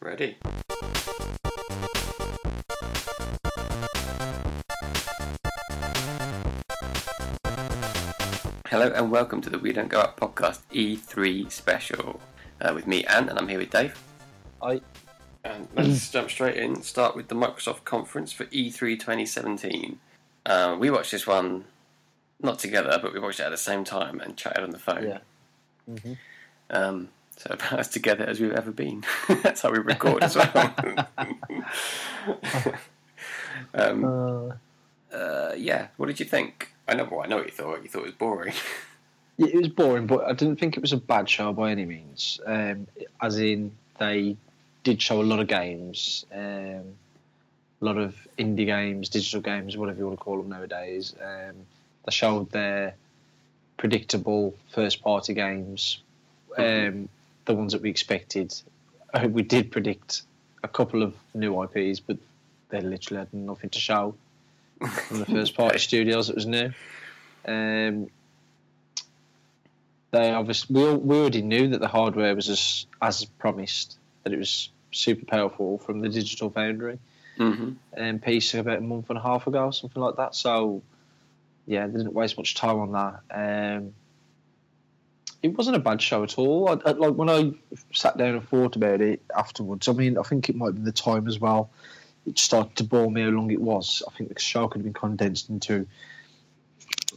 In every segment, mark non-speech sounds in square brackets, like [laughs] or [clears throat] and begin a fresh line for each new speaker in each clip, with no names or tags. Ready. Hello and welcome to the We Don't Go Up podcast E3 special uh, with me, Ant, and I'm here with Dave.
Aye.
And let's jump straight in. Start with the Microsoft conference for E E3 2017. Uh, we watched this one not together, but we watched it at the same time and chatted on the phone.
Yeah.
Um, so [laughs] about as together as we've ever been. [laughs] That's how we record as [laughs] well. um,
Uh,
uh, yeah. What did you think? I know. Well, I know what you thought. You thought it was boring.
yeah, it was boring, but I didn't think it was a bad show by any means. Um, as in, they did show a lot of games, um, a lot of indie games, digital games, whatever you want to call them nowadays. Um, they showed their predictable first-party games, um, the ones that we expected. Uh, We did predict a couple of new IPs, but they literally had nothing to show from the first party studios that was new. Um, they obviously we, al- we already knew that the hardware was as as promised that it was super powerful from the digital foundry
hmm
um, piece about a month and a half ago, something like that. So, yeah, they didn't waste much time on that. Um, it wasn't a bad show at all. I, I, like when I sat down and thought about it afterwards, I mean, I think it might be the time as well. It started to bore me how long it was. I think the show could have been condensed into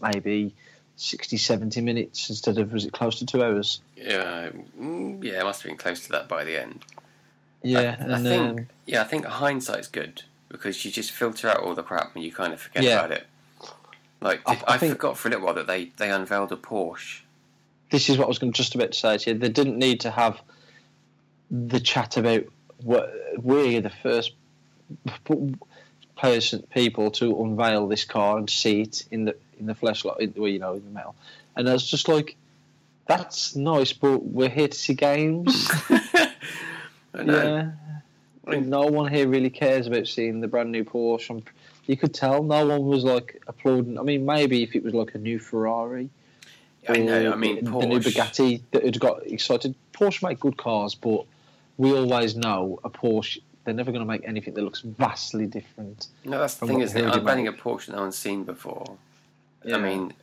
maybe 60, 70 minutes instead of was it close to two hours?
Yeah. mm, Yeah. It must have been close to that by the end.
Yeah,
I, I
and
think.
um,
yeah. I think hindsight's good because you just filter out all the crap and you kind of forget
Yeah.
about it. Like
I-
did- I,
I think-
forgot for a little while that they they unveiled a Porsche. [laughs]
this is what I was going to just about to say to you. They didn't need to have the chat about what we're the first p- person people to unveil this car and see it in the in the flesh, like, in- well, you know, in the metal. And I was just like, that's nice, but we're here to see games.
[laughs] I know.
Yeah. And no one here really cares about seeing the brand new Porsche. I'm- you could tell no one was like applauding. I mean, maybe if it was like a new Ferrari
I know.
or
I mean,
uh, the
Porsche.
new Bugatti that had got excited. Porsche make good cars, but we always know a Porsche. They're never going to make anything that looks vastly different.
No, that's the
From
thing,
what
isn't
we
it?
heard
I'm banning a Porsche no one's seen before. I
Yeah.
mean,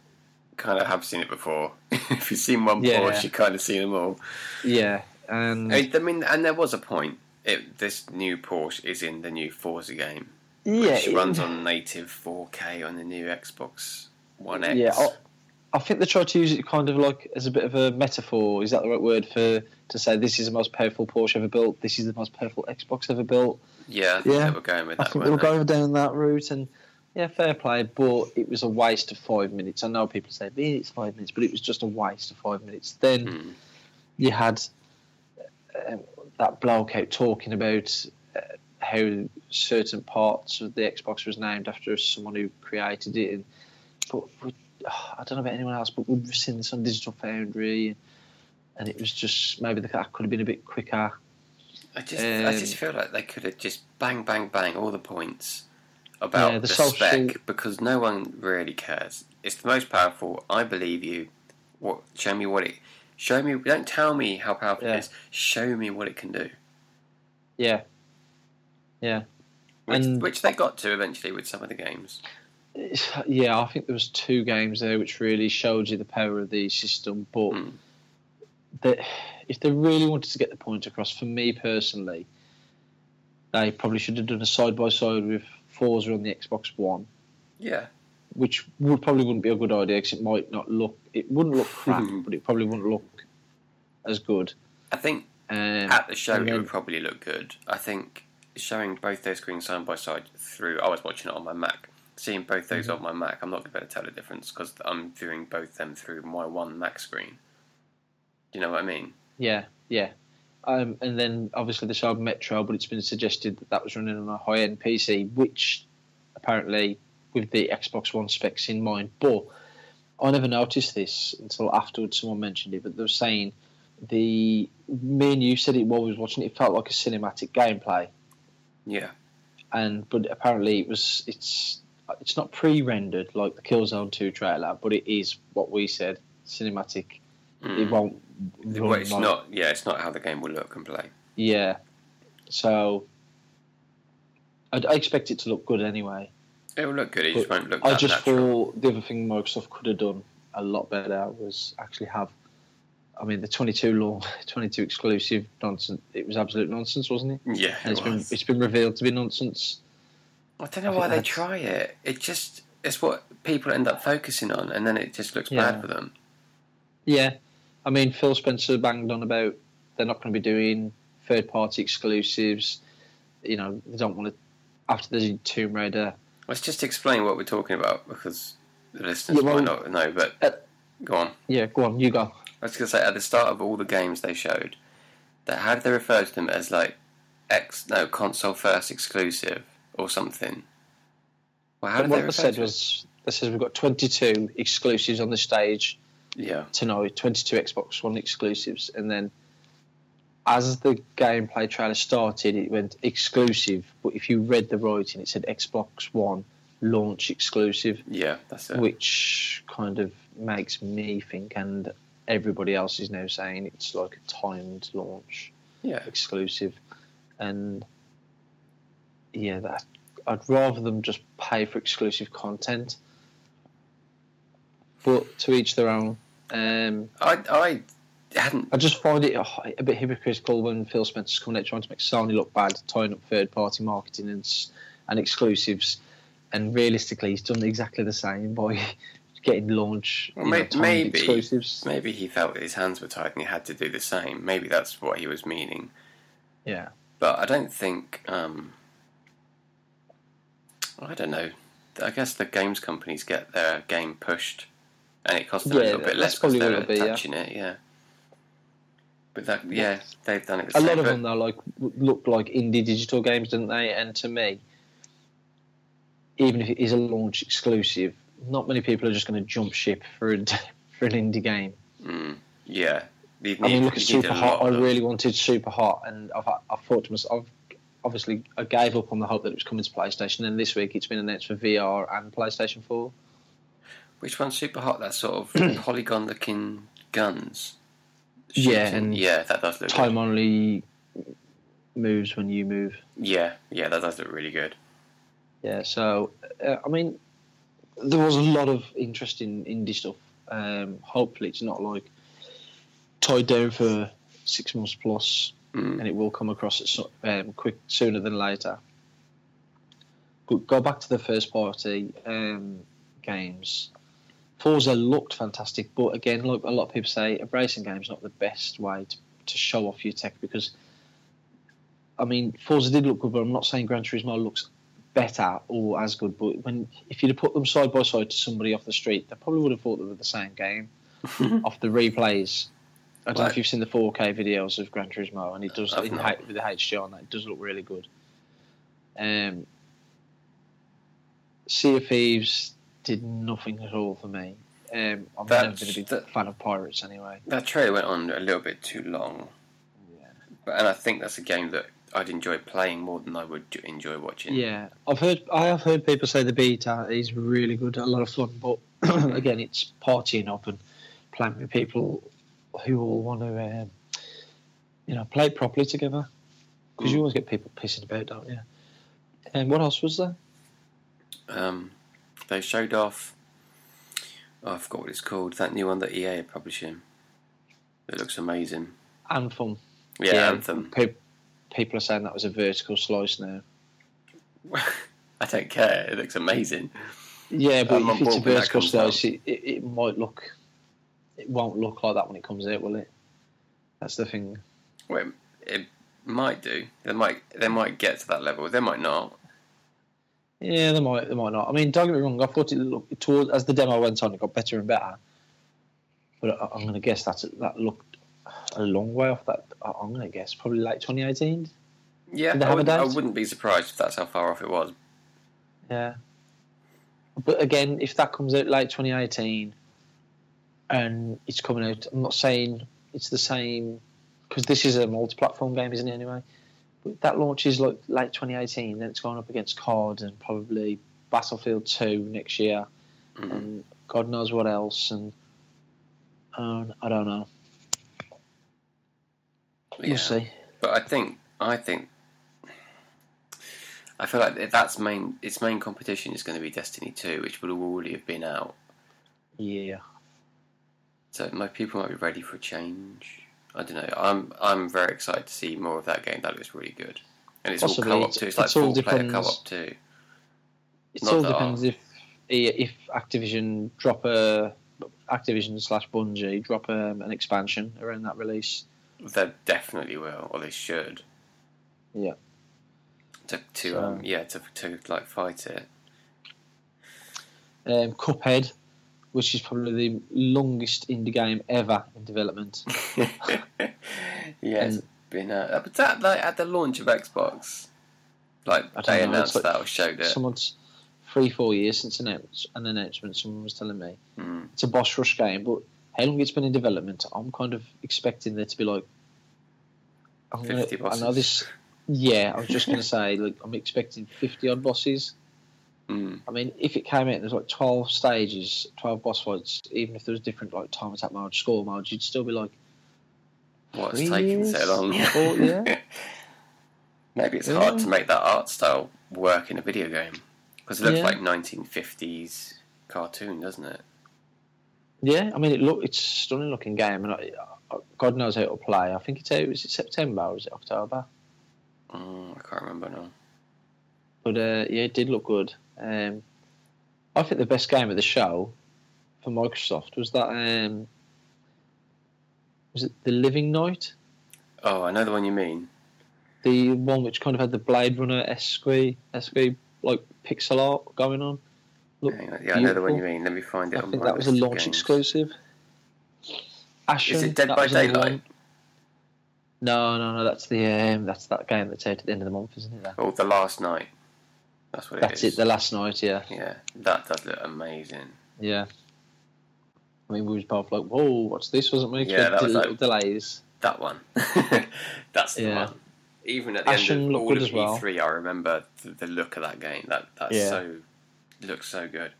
kind of have seen it before. [laughs] if you've seen one
Yeah.
Porsche, you kind of seen them all.
Yeah, and
I I mean, and there was a point. It, this new Porsche is in the new Forza game,
yeah,
which
it-
runs on native 4K on the new Xbox One X.
Yeah, oh, I, I think they try to use it kind of like as a bit of a metaphor. Is that the right word for to say this is the most powerful Porsche ever built? This is the most powerful Xbox ever built.
yeah, I think
yeah.
they were going with
I
that. weren't
think they were
they?
going down that route, and yeah, fair play. But it was a waste of five minutes. I know people say "Eh, it's five minutes, but it was just a waste of five minutes. Then
Mm.
you had um, that bloke out talking about uh, how certain parts of the Xbox was named after someone who created it, and but we, I don't know about anyone else, but we've seen this on Digital Foundry. And, and it was just maybe the that could have been a bit quicker.
I just, I
Um,
just feel like they could have just bang, bang, bang all the points about
Yeah,
the,
the social-
spec because no one really cares. It's the most powerful. I believe you. What? Show me what it. Show me. Don't tell me how powerful
Yeah.
it is. Show me what it can do.
Yeah, yeah.
Which,
And-
which they got to eventually with some of the games.
yeah, I think there was two games there which really showed you the power of the system. But
Mm.
that if they really wanted to get the point across, for me personally, they probably should have done a side by side with Forza on the Xbox One,
Yeah.
which would probably wouldn't be a good idea because it might not look. It wouldn't look crap,
Mhm.
but it probably wouldn't look as good.
I think
Um,
at the show
and
it
then-
would probably look good. I think showing both those screens side by side through. I was watching it on my Mac. Seeing both those
Mm-hmm.
on my Mac, I'm not going to be able to tell the difference because I'm viewing both them through my one Mac screen. Do you know what I mean?
Yeah, yeah. Um, and then obviously the Saab Metro, but it's been suggested that that was running on a high end PC, which apparently with the Xbox One specs in mind. But I never noticed this until afterwards someone mentioned it, but they were saying the me and you said it while we was watching it, it felt like a cinematic gameplay.
Yeah.
And but apparently it was it's it's not pre rendered like the Killzone two trailer, but it is what we said, cinematic. It
Mm.
won't
Well,
run
it's
like-
not. Yeah, it's not how the game will look and play.
Yeah. So I, I expect it to look good anyway.
It will look good. It
But
just won't look.
I
that
just
natural.
thought the other thing Microsoft could have done a lot better was actually have. I mean, the 22 law, [laughs] 22 exclusive nonsense. It was absolute nonsense, wasn't it?
[laughs] Yeah,
And it's
it
been
was.
it's been revealed to be nonsense.
I don't know
I
why
think
they
that's-
try it. It just it's what people end up focusing on, and then it just looks
Yeah.
bad for them.
Yeah, I mean, Phil Spencer banged on about they're not going to be doing third party exclusives. You know, they don't want to. After the Tomb Raider,
Let's just explain what we're talking about because the listeners
Yeah, well,
might not know. But
uh,
go on.
yeah, go on, you go.
I was going to say at the start of all the games they showed, that how did they refer to them as like X no console first exclusive or something? Well, how did
what
they
they
refer
said
to it?
was, they says we've got 22 exclusives on the stage.
yeah,
tonight 22 Xbox One exclusives. And then as the gameplay trailer started, it went exclusive. But if you read the writing, it said Xbox One launch exclusive,
yeah, that's it.
which kind of makes me think, and everybody else is now saying it's like a timed launch
yeah,
exclusive. And yeah, that I'd rather them just pay for exclusive content. But to each their own. Um,
I I hadn't.
I just find it a, a bit hypocritical when Phil Spencer's coming out trying to make Sony look bad, tying up third party marketing and, s- and exclusives. And realistically, he's done exactly the same by [laughs] getting launch
Well,
you know,
may-
timed
maybe.
exclusives.
Maybe he felt that his hands were tied and he had to do the same. Maybe that's what he was meaning.
Yeah.
But I don't think. Um, I don't know. I guess the games companies get their game pushed, and it costs them a
Yeah,
little bit
that's
less because
probably what
they're
it'll be, yeah. Mm.
touching it. Yeah. But that, yeah, they've done it. The
A
same,
lot of
but
them, though, like w- looked like indie digital games, didn't they? And to me, even if it is a launch exclusive, not many people are just going to jump ship for, a, [laughs] for an indie game.
Mm, yeah. You'd
I mean,
need-
look at
you'd need
Super
a
Hot.
lot
I
of them.
really wanted Super Hot, and I've, I've thought to myself, I've, obviously, I gave up on the hope that it was coming to PlayStation, and this week it's been announced for VR and PlayStation 4.
[clears throat] Which one's super hot? That sort of
[clears throat]
polygon looking guns.
Yeah,
Shooting-
and
yeah, that does look.
Time only moves when you move.
Good. Yeah, yeah, that does look really good.
Yeah, so, uh, I mean, there was a lot of interesting indie stuff. Um, hopefully, it's not like tied down for six months plus.
Mm.
and it will come across at so, um, quick sooner than later. But go back to the first party um, games. Forza looked fantastic, but again, like a lot of people say, a racing game's not the best way to, to show off your tech because, I mean, Forza did look good, but I'm not saying Gran Turismo looks better or as good. But when if you'd have put them side by side to somebody off the street, they probably would have thought they were the same game
[laughs]
off the replays. I don't know
Right.
if you've seen the 4K videos of Gran Turismo, and it does
I've
in,
not.
H- with the HDR on that. It does look really good. Um, Sea of Thieves did nothing at all for me. Um, I'm never
That's-
going to be a
that-
fan of pirates anyway.
That trailer went on a little bit too long.
Yeah.
But, and I think that's a game that I'd enjoy playing more than I would j- enjoy watching.
Yeah, I've heard I have heard people say the beta is really good, a lot of fun, but [clears throat] again, it's partying up and playing with people who all want to, um, you know, play properly together. Because you
Mm.
always get people pissing about, don't you? And what else was there?
Um, they showed off. oh, I forgot what it's called. That new one that EA are publishing. It looks amazing.
Anthem.
Yeah, Anthem.
Pe- people are saying that was a vertical slice now.
I don't care. It looks amazing.
Yeah, but
I'm on
if it's
board
a
when that
vertical
comes out.
slice, it, it, it might look, it won't look like that when it comes out, will it? That's the thing.
Well, it, it might do. They might. They might get to that level. They might not.
Yeah, they might, they might not. I mean, don't get me wrong. I thought it looked towards as the demo went on, it got better and better. But I, I'm going to guess that that looked a long way off. That I- I'm going to guess probably late 2018.
Yeah,
Did they
I
have a
wouldn't, I
date?
wouldn't be surprised if that's how far off it was.
Yeah. But again, if that comes out late 2018, and it's coming out, I'm not saying it's the same because this is a multi-platform game, isn't it? Anyway, but if that launches like late 2018, then it's going up against COD and probably Battlefield 2 next year.
Mm.
and God knows what else, and um, I don't know. We'll
Yeah.
see.
But I think I think I feel like if that's main its main competition is going to be Destiny Two, which would already have been out.
Yeah.
So my people might be ready for a change. I don't know. I'm I'm very excited to see more of that game. That looks really good, and it's
Possibly.
all co-op too. It's like
It's all
four player
depends.
co-op too.
It
Not
all
that
depends if if Activision drop a Activision slash Bungie drop um, an expansion around that release.
They definitely will, or they should.
Yeah.
To to
So-
um, yeah to to like fight it.
Um, Cuphead, which is probably the longest indie game ever in development.
[laughs] yeah,
Mm.
it's been out. But that like at the launch of Xbox, like
I don't
they
know,
announced
it's like-
that or showed it.
Someone's three four years since an, announce- an announcement. Someone was telling me
Mm.
it's a boss rush game, but how long it's been in development? I'm kind of expecting there to be like. I'm gonna-
50
I know this. Yeah, I was just gonna say like I'm expecting fifty odd bosses.
Mm.
I mean, if it came out, there's like 12 stages, 12 boss fights, even if there was different like time attack modes, score modes, you'd still be like,
What's
Three
taking
years?
so
[laughs]
long?
Four- yeah.
[laughs] Maybe it's
Yeah.
hard to make that art style work in a video game because it looks
Yeah.
like 1950s cartoon, doesn't it?
yeah, I mean, it look, it's a stunning looking game, and I, I, God knows how it'll play. I think it's out, is it September or is it October?
Mm, I can't remember now.
But uh, yeah, it did look good. Um, I think the best game of the show for Microsoft was that, um, was it The Living Knight?
Oh, I know the one you mean.
The one which kind of had the Blade Runner esque, esque like pixel art going on. Look,
Hang on, Yeah, I know the one
beautiful.
you mean. Let me find it.
I
on
think
my
that was a
list of
launch
games.
exclusive. Ashen,
Is it Dead
that
by
was another
Daylight?
one. No, no, no. That's the um, that's that game that's out at the end of the month, isn't it? That?
Oh, the last night. That's what
That's
it is.
it. The last night, yeah,
yeah, that does look amazing.
yeah. I mean, we was both like, "Whoa, what's this?" Wasn't we?
Yeah, that was
Del-
like-
delays.
That
[laughs]
one. That's the
Yeah.
one. Even at the
Ashen
end of
looked
all
good
of
as well.
E3, I remember the, the look of that game. That that's
Yeah.
so looks so good.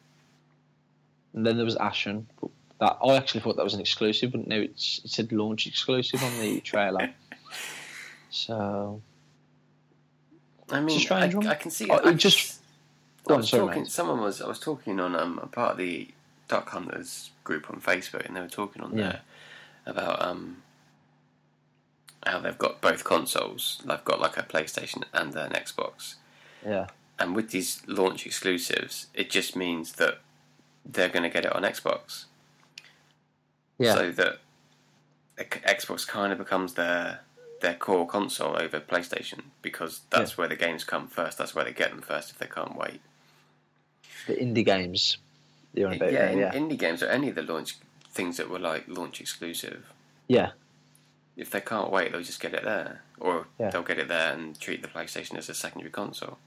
And then there was Ashen. but That I actually thought that was an exclusive, but no, it's it said launch exclusive on
[laughs]
the trailer. so
I mean, I,
strange one.
I can see.
Oh,
I
it
can
just-
s- I
Go on,
was
sorry,
talking.
mate.
Someone was. I was talking on um, a part of the Duck Hunters group on Facebook, and they were talking on
Yeah.
there about um, how they've got both consoles. They've got like a PlayStation and an Xbox.
yeah,
And with these launch exclusives, it just means that they're going to get it on Xbox.
yeah,
So that the c- Xbox kind of becomes their their core console over PlayStation because that's where the games come first. That's where they get them first if they can't wait.
the indie games. You're on about
yeah,
there,
in,
yeah,
indie games or any of the launch things that were like launch exclusive.
yeah,
If they can't wait, they'll just get it there, or
Yeah.
they'll get it there and treat the PlayStation as a secondary console.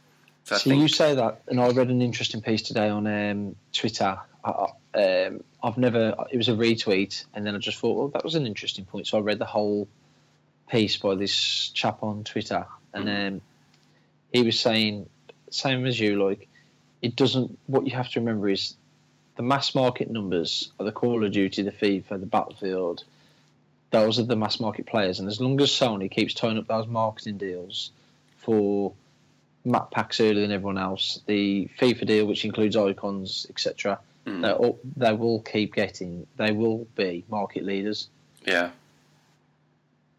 So I
So
think
you say that, and I read an interesting piece today on um, Twitter. I, I, um, I've never. It was a retweet, and then I just thought, well, that was an interesting point. So I read the whole piece by this chap on Twitter, and
Mm-hmm.
um, he was saying, same as you, like it doesn't. What you have to remember is the mass market numbers are the Call of Duty, the FIFA, the Battlefield. Those are the mass market players, and as long as Sony keeps tying up those marketing deals for map packs earlier than everyone else, the FIFA deal, which includes icons, etc.,
Mm.
they're all- they will keep getting, they will be market leaders
yeah,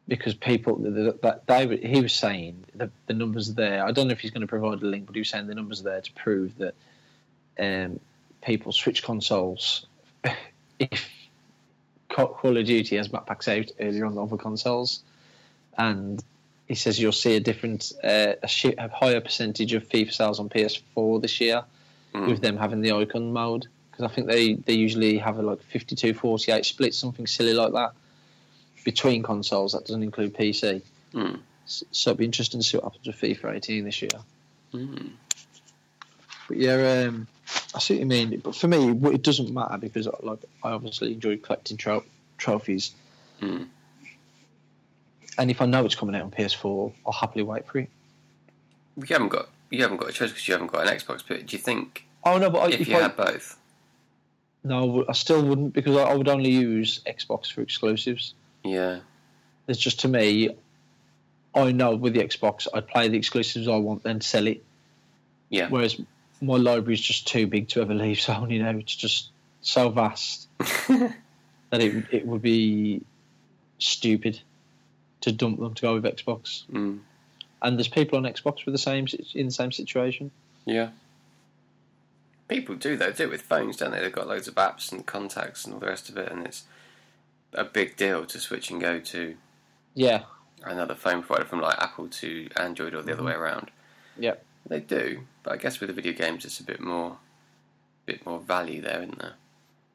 because people th- th- that they were- he was saying the, the numbers are there. I don't know if he's going to provide a link, but he was saying the numbers are there to prove that um, people switch consoles [laughs] if Ca- Call of Duty has map packs out earlier on the other consoles, and he says you'll see a different, uh, a, shi a higher percentage of FIFA sales on PS4 this year
Mm.
with them having the icon mode because I think they they usually have a like 52-48 split, something silly like that between consoles. That doesn't include PC.
Mm.
S- So it'd be interesting to see what happens with FIFA 18 this year.
Mm.
But yeah, um, I see what you mean. But for me, it doesn't matter because like I obviously enjoy collecting tro- trophies,
Mm.
and if I know it's coming out on PS4, I'll happily wait for it.
you haven't got you haven't got a choice because you haven't got an Xbox. But do you think
Oh no, but I,
if,
if,
you
I
had both?
no, I would- I still wouldn't because I, I would only use Xbox for exclusives.
Yeah.
It's just to me, I know with the Xbox, I'd play the exclusives I want, then sell it.
Yeah.
Whereas my library's just too big to ever leave [laughs] zone. You know, it's just so vast that it it would be stupid to dump them to go with Xbox.
mm.
And there's people on Xbox with the same si- in the same situation.
Yeah. People do though, do it with phones, don't they? They've got loads of apps and contacts and all the rest of it, and it's a big deal to switch and go to
Yeah,
another phone provider from like Apple to Android or the other way around.
yeah,
They do, but I guess with the video games, it's a bit more, bit more value there, isn't there?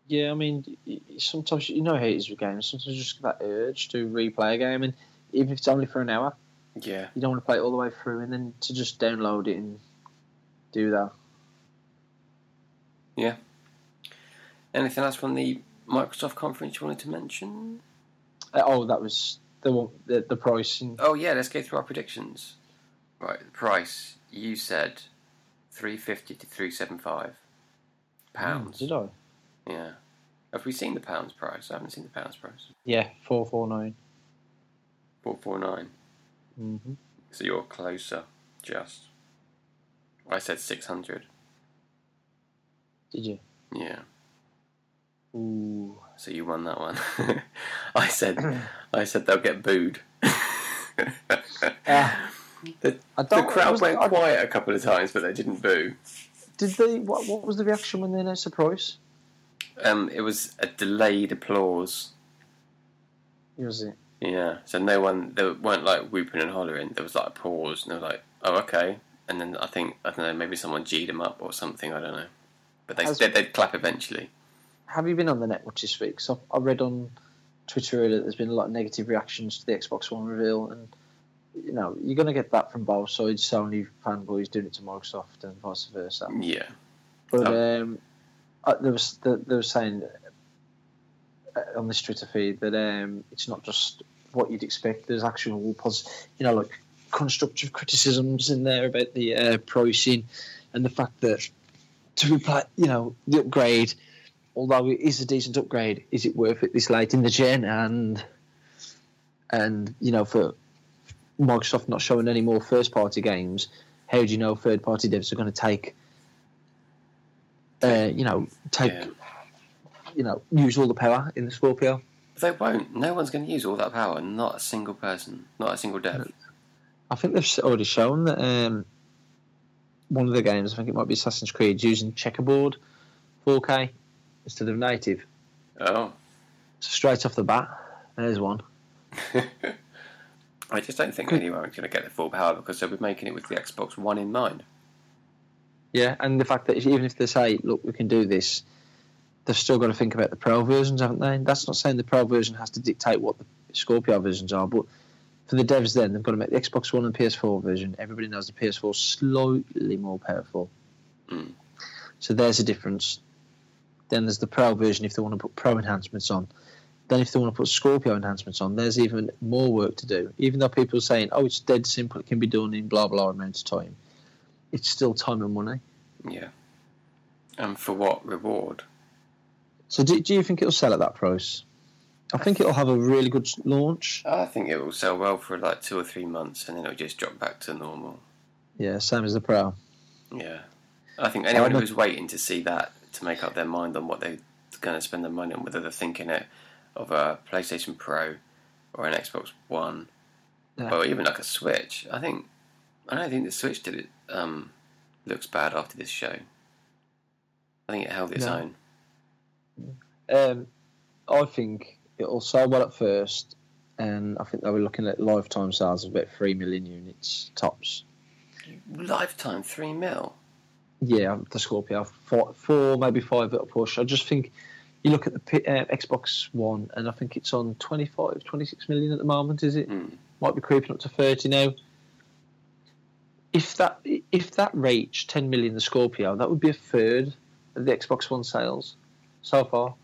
yeah. I mean, y- y- sometimes you know how it is with games. Sometimes you just get that urge to replay a game, and even if it's only for an hour,
Yeah,
you don't want to play it all the way through, and then to just download it and do that.
yeah. Anything else from the Microsoft conference you wanted to mention?
Uh, oh, that was the one, the, the pricing.
Oh yeah, let's go through our predictions. Right, price you said three fifty to three seven five pounds.
Mm, Did I?
Yeah. Have we seen the pounds price? I haven't seen the pounds price.
Yeah, four four nine.
Four four nine.
Mm-hmm.
So you're closer, just. I said six hundred.
Did you?
Yeah.
Ooh.
[sighs] So you won that one. [laughs] I said, I said they'll get booed. [laughs]
Ah.
the,
I
the
don't.
crowd
was-
went
I-
quiet a couple of times, but they didn't boo.
Did they? What, what was the reaction when they announced the price?
Um, it was a delayed applause.
It was it.
Yeah. So no one, they weren't like whooping and hollering. There was like a pause, and they were like, "Oh, okay." And then I think I don't know, maybe someone g'd them up or something. I don't know. But they
As-
they'd, they'd clap eventually.
Have you been on the network this week? 'Cause I, I read on Twitter earlier that there's been a lot of negative reactions to the Xbox One reveal, and you know you're going to get that from both sides. Sony fanboys doing it to Microsoft, and vice versa.
Yeah.
But um, uh, there was the, they were saying uh, on this Twitter feed that um, it's not just what you'd expect. There's actual pos, you know, like constructive criticisms in there about the uh, pricing and the fact that to reply, you know, the upgrade, although it is a decent upgrade, is it worth it this late in the gen? And and you know, for Microsoft not showing any more first-party games, how do you know third-party devs are going to take? Uh, you know, take
Yeah.
you know, use all the power in the Scorpio.
They won't. No one's going to use all that power. Not a single person. Not a single dev.
I think they've s- already shown that um, one of the games, I think it might be Assassin's Creed, using checkerboard 4K instead of native.
Oh.
So straight off the bat, there's one.
I just don't think anyone's going to get the full power because they'll be making it with the Xbox One in mind.
Yeah, and the fact that if, even if they say, look, we can do this, they've still got to think about the Pro versions, haven't they? And that's not saying the Pro version has to dictate what the Scorpio versions are, but for the devs then, they've got to make the Xbox One and PS4 version. Everybody knows the PS4 is slightly more powerful.
Mm.
So there's a difference. Then there's the Pro version if they want to put Pro enhancements on. Then if they want to put Scorpio enhancements on, there's even more work to do. Even though people are saying, oh, it's dead simple, it can be done in blah, blah amount of time. It's still time and money.
Yeah. And for what reward?
So do, do you think it'll sell at that price? I think it'll have a really good launch.
I think it will sell well for like two or three months and then it'll just drop back to normal.
Yeah, same as the Pro.
Yeah. I think anyone
not-
who's waiting to see that to make up their mind on what they're going to spend their money on, whether they're thinking it of a PlayStation Pro or an Xbox One
Yeah.
or even like a Switch, I think I don't think the Switch did it um, looks bad after this show. I think it held its
No.
own.
Um, I think it'll sell well at first, and I think they'll be looking at lifetime sales of about three million units tops.
Lifetime three mil.
Yeah, the Scorpio four, four maybe five at a push. I just think you look at the P- uh, Xbox One, and I think it's on 25, 26 million at the moment. Is it?
Mm.
might be creeping up to 30 now. If that if that reached 10 million the Scorpio, that would be a third of the Xbox One sales so far.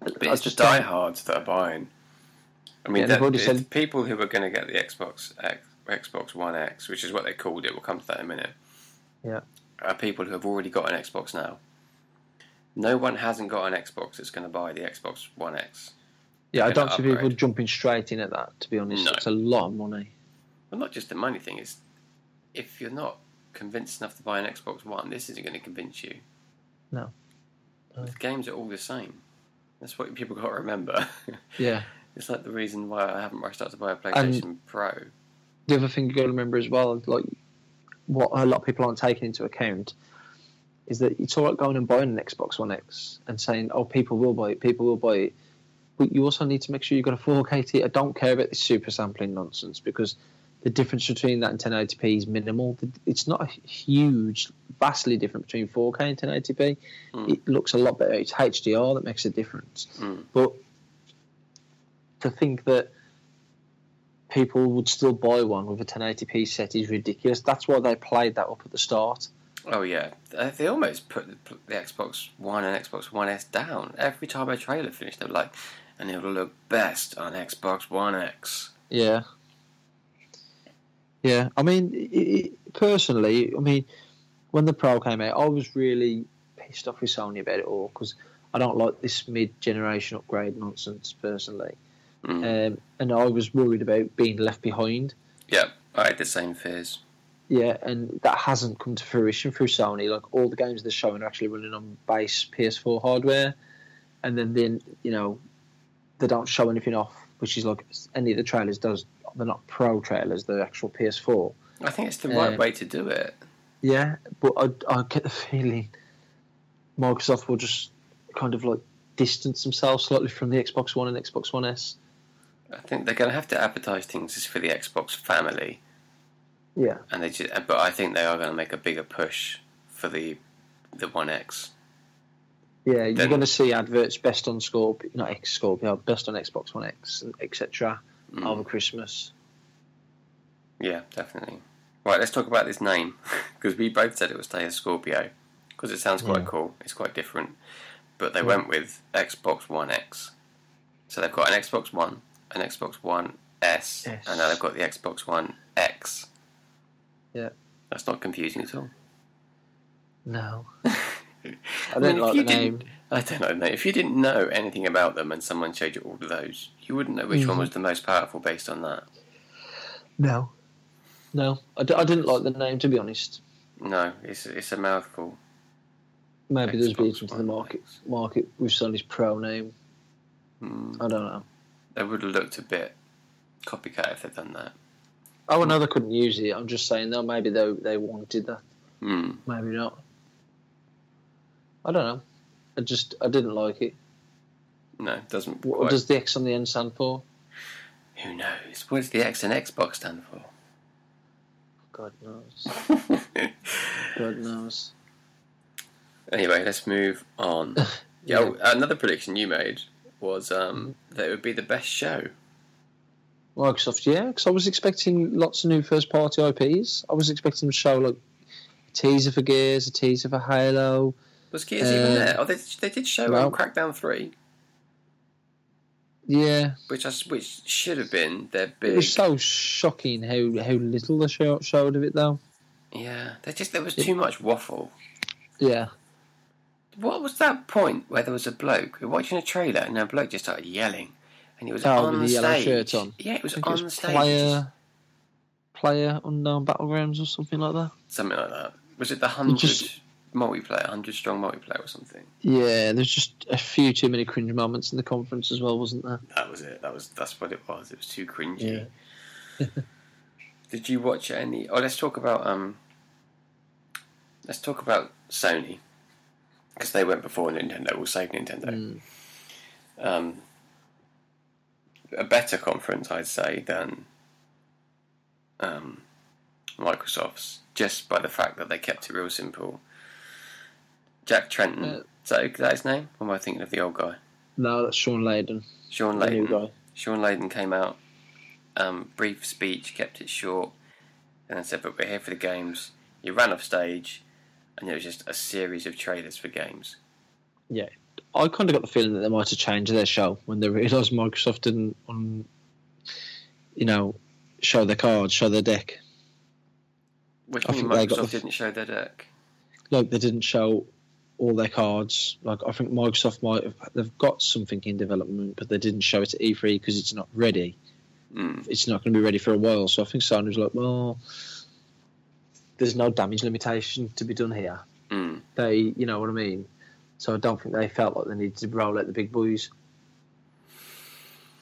But
I
it's the
just don't-
diehards that are buying. I mean,
Yeah,
that,
they've already
it's
said-
people who are going to get the Xbox X, Xbox One X, which is what they called it. We'll come to that in a minute.
Yeah.
Are people who have already got an Xbox now. No one hasn't got an Xbox that's going to buy the Xbox One X.
Yeah, I
Gonna
don't see people
upgrade.
jumping straight in at that. To be honest,
No.
it's a lot of money.
Well, not just the money thing. It's if you're not convinced enough to buy an Xbox One, this isn't going to convince you.
No. No.
The games are all the same. That's what people [laughs] got to remember.
Yeah.
it's like the reason why I haven't rushed out to buy a PlayStation Pro.
The other thing you got to remember as well, like what a lot of people aren't taking into account, is that it's all right going and buying an Xbox One X and saying, "Oh, people will buy it, people will buy it," but you also need to make sure you've got a 4K TV. I don't care about this super sampling nonsense because the difference between that and 1080p is minimal. It's not a huge, vastly different between 4K and 1080p.
Mm.
It looks a lot better. It's HDR that makes a difference.
Mm.
But to think that people would still buy one with a 1080p set is ridiculous. That's why they played that up at the start.
Oh yeah, Uh, they almost put the, the Xbox One and Xbox One S down every time a trailer finished. They're like, and it'll look best on Xbox One X.
Yeah. Yeah, I mean, i i personally, I mean, when the Pro came out, I was really pissed off with Sony about it all because I don't like this mid-generation upgrade nonsense personally,
Mm.
um, and I was worried about being left behind.
yeah, I had the same fears.
Yeah, and that hasn't come to fruition through Sony. Like all the games they're showing are actually running on base PS4 hardware, and then then you know they don't show anything off, which is like any of the trailers does. They're not pro trailers; they're actual PS4.
I think it's the
Uh,
right way to do it.
Yeah, but I, I get the feeling Microsoft will just kind of like distance themselves slightly from the Xbox One and Xbox One S.
I think they're going to have to advertise things as for the Xbox family,
Yeah,
and they just. But I think they are going to make a bigger push for the the One X.
yeah, you're
Then-
going to see adverts best on Scorpio, not X Scorpio, best on Xbox One X, etc.
Mm.
Over Christmas.
Yeah, definitely. Right, let's talk about this name [laughs] because we both said it was Taya Scorpio because it sounds quite
Yeah.
cool. It's quite different, but they went with Xbox One X. So they've got an Xbox One, an Xbox One S,
Yes.
and now they've got the Xbox One X.
Yeah.
that's not confusing at all.
No, I
I
don't
mean, if
like
you
the name.
didn't- I don't know, mate. If you didn't know anything about them and someone showed you all of those, you wouldn't know which one
Mhm.
was the most powerful based on that.
No, no, I, d- I didn't like the name to be honest.
No, it's it's a mouthful.
Maybe there's
Xbox
beating to the
One
market
X.
market with Sony's pro name.
Mm.
I don't know.
They would have looked a bit copycat if they'd done that.
Oh, no, they couldn't use it. I'm just saying though, maybe they they wanted that.
Mm.
Maybe not. I don't know. I just I didn't like it.
No, it doesn't.
What
quite-
does the X on the end stand for?
Who knows? What does the X and Xbox stand for? [laughs]
God knows. God knows.
anyway, let's move
[laughs]
on. Yeah, oh, another prediction you made was um, that it would be the best show.
Microsoft, yeah, because I was expecting lots of new first party IPs. I was expecting to show like a teaser for Gears, a teaser for Halo.
Was Gears even
Uh,
there? Oh, they, they did show
no.
um, Crackdown Three,
Yeah,
which I s which should have been their
it
big.
was so shocking how how little they show, showed of it though.
Yeah, they just there was too much waffle.
Yeah,
What was that point where there was a bloke? We were watching a trailer and a bloke just started yelling, and he was
Oh,
on
with the
stage.
yellow shirt on.
Yeah, it was
I think
on
it was
stage.
player player unknown battlegrounds or something like that.
something like that. Was it the hundred
just-
multiplayer, hundred strong multiplayer or something?
Yeah, there's just a few too many cringe moments in the conference as well, wasn't there?
That was it. That was that's what it was. It was too cringy.
Yeah.
[laughs] Did you watch any? Oh, let's talk about um. Let's talk about Sony, because they went before Nintendo. We'll save Nintendo.
Mm.
Um, a better conference, I'd say, than um, Microsoft's, just by the fact that they kept it real simple. Jack Trenton,
Uh,
is, that, is that his name? Or am I thinking of the old guy?
No, that's Sean Layden,
Sean
the new
Layden.
guy.
Sean Layden came out, um, brief speech, kept it short, and then said, "But we're here for the games." He ran off stage, and it was just a series of trailers for games.
I kind of got the feeling that they might have changed their show when they realised Microsoft didn't, um, you know, show their cards, show their deck.
Which
I
mean
think they got
Microsoft
the-
didn't show their deck.
Like they didn't show all their cards. Like I think Microsoft might have they've got something in development, but they didn't show it at E3 because it's not ready.
Mm.
It's not going to be ready for a while. So I think Sony was like, well, there's no damage limitation to be done here.
Mm.
They, you know what I mean. So I don't think they felt like they needed to roll out the big boys.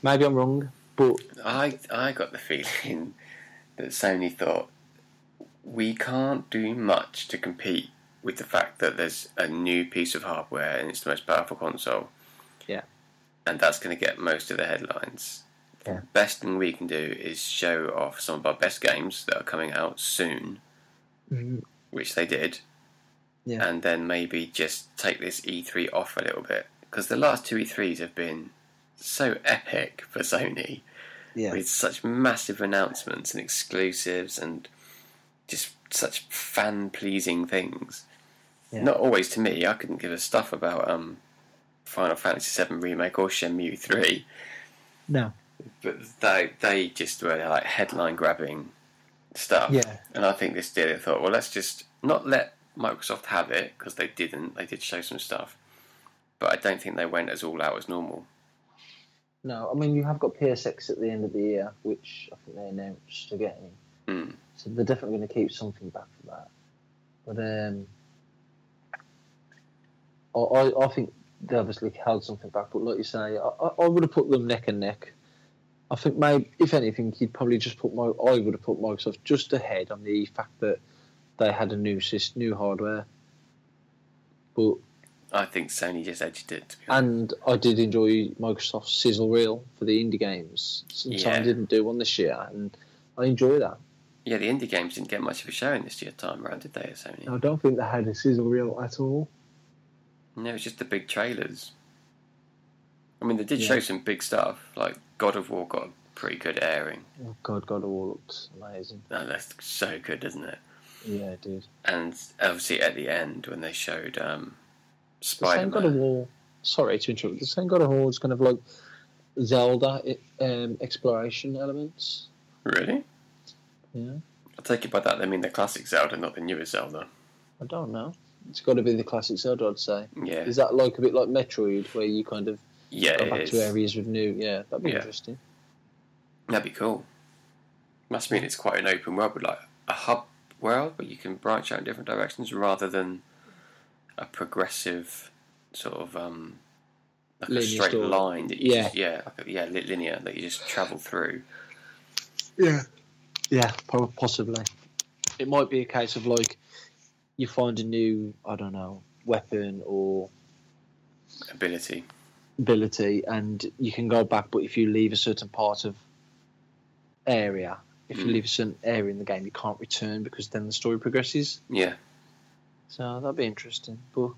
Maybe I'm wrong, but
I I got the feeling [laughs] that Sony thought we can't do much to compete with the fact that there's a new piece of hardware and it's the most powerful console.
Yeah.
And that's going to get most of the headlines.
Yeah.
Best thing we can do is show off some of our best games that are coming out soon,
Mhm.
which they did.
Yeah.
And then maybe just take this E3 off a little bit because the last two E3s have been so epic for Sony
yeah,
with such massive announcements and exclusives and just such fan pleasing things.
Yeah.
Not always to me. I couldn't give a stuff about um, Final Fantasy VII remake or Shenmue three,
no,
but they they just were like headline grabbing stuff.
yeah,
And I think this did. I thought, well, let's just not let Microsoft have it because they didn't. They did show some stuff, but I don't think they went as all out as normal.
no. I mean, you have got PSX at the end of the year, which I think they announced again.
Mm.
So they're definitely going to keep something back for that. But um, I, I, I think they obviously held something back. But like you say, I, I I would have put them neck and neck. I think, maybe, if anything, you'd probably just put my, I would have put Microsoft just ahead on the fact that they had a new sys, new hardware. But
I think Sony just edged it. To be honest.
and I did enjoy Microsoft's sizzle reel for the indie games. Sometimes
Yeah.
I didn't do one this year, and I enjoy that.
Yeah, the indie games didn't get much of a showing this year time round, did they, or something?
I don't think they had a sizzle reel at all.
No, it's just the big trailers. I mean, they did
Yeah.
show some big stuff, like God of War got a pretty good airing.
Oh God, God of War looked amazing.
Oh, that's so good, isn't it?
Yeah, it did.
And obviously at the end when they showed um,
The same God of
Spider-Man,
War. Sorry to interrupt. The same God of War is kind of like Zelda i- um, exploration elements.
really?
Yeah,
I take it by that they mean the classic Zelda, not the newer Zelda.
I don't know. It's got to be the classic Zelda, I'd say.
Yeah,
Is that like a bit like Metroid, where you kind of
yeah,
go back
it
to
is.
areas with new? Yeah, that'd be
Yeah.
interesting.
That'd be cool. Must mean it's quite an open world, but like a hub world, but you can branch out in different directions rather than a progressive sort of um, like a
Linear
straight
story.
line that you
Yeah.
just, yeah, like a, yeah, li- linear that you just travel through.
Yeah. Yeah, po- possibly. It might be a case of like you find a new, I don't know, weapon or
Ability.
ability, and you can go back. But if you leave a certain part of area, if you
Mm.
leave a certain area in the game, you can't return because then the story progresses.
Yeah,
So that'd be interesting. But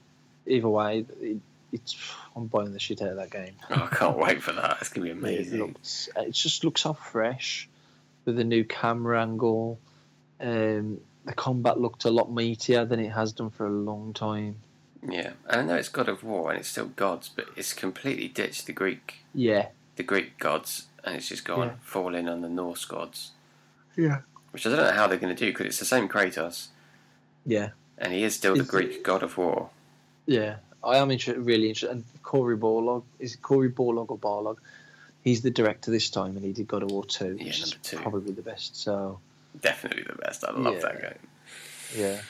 either way, it, it's I'm buying the shit out of that game.
oh, I can't wait for that. It's gonna be
It
amazing.
looks, uh, it just looks so fresh with the new camera angle. Um, the combat looked a lot meatier than it has done for a long time.
Yeah, and I know it's God of War and it's still gods, but it's completely ditched the Greek,
Yeah,
the Greek gods, and it's just gone
Yeah.
fall in on the Norse gods,
yeah,
which I don't know how they're gonna do because it's the same Kratos.
yeah,
And he is still the
Is-
Greek god of war.
yeah. I am inter- really interested. And Corey Borlog is it Corey Borlog or Barlog? He's the director this time, and he did God of War Two,
Yeah,
which is
number two.
probably the best. So
Definitely the best. I love
Yeah.
that game.
yeah,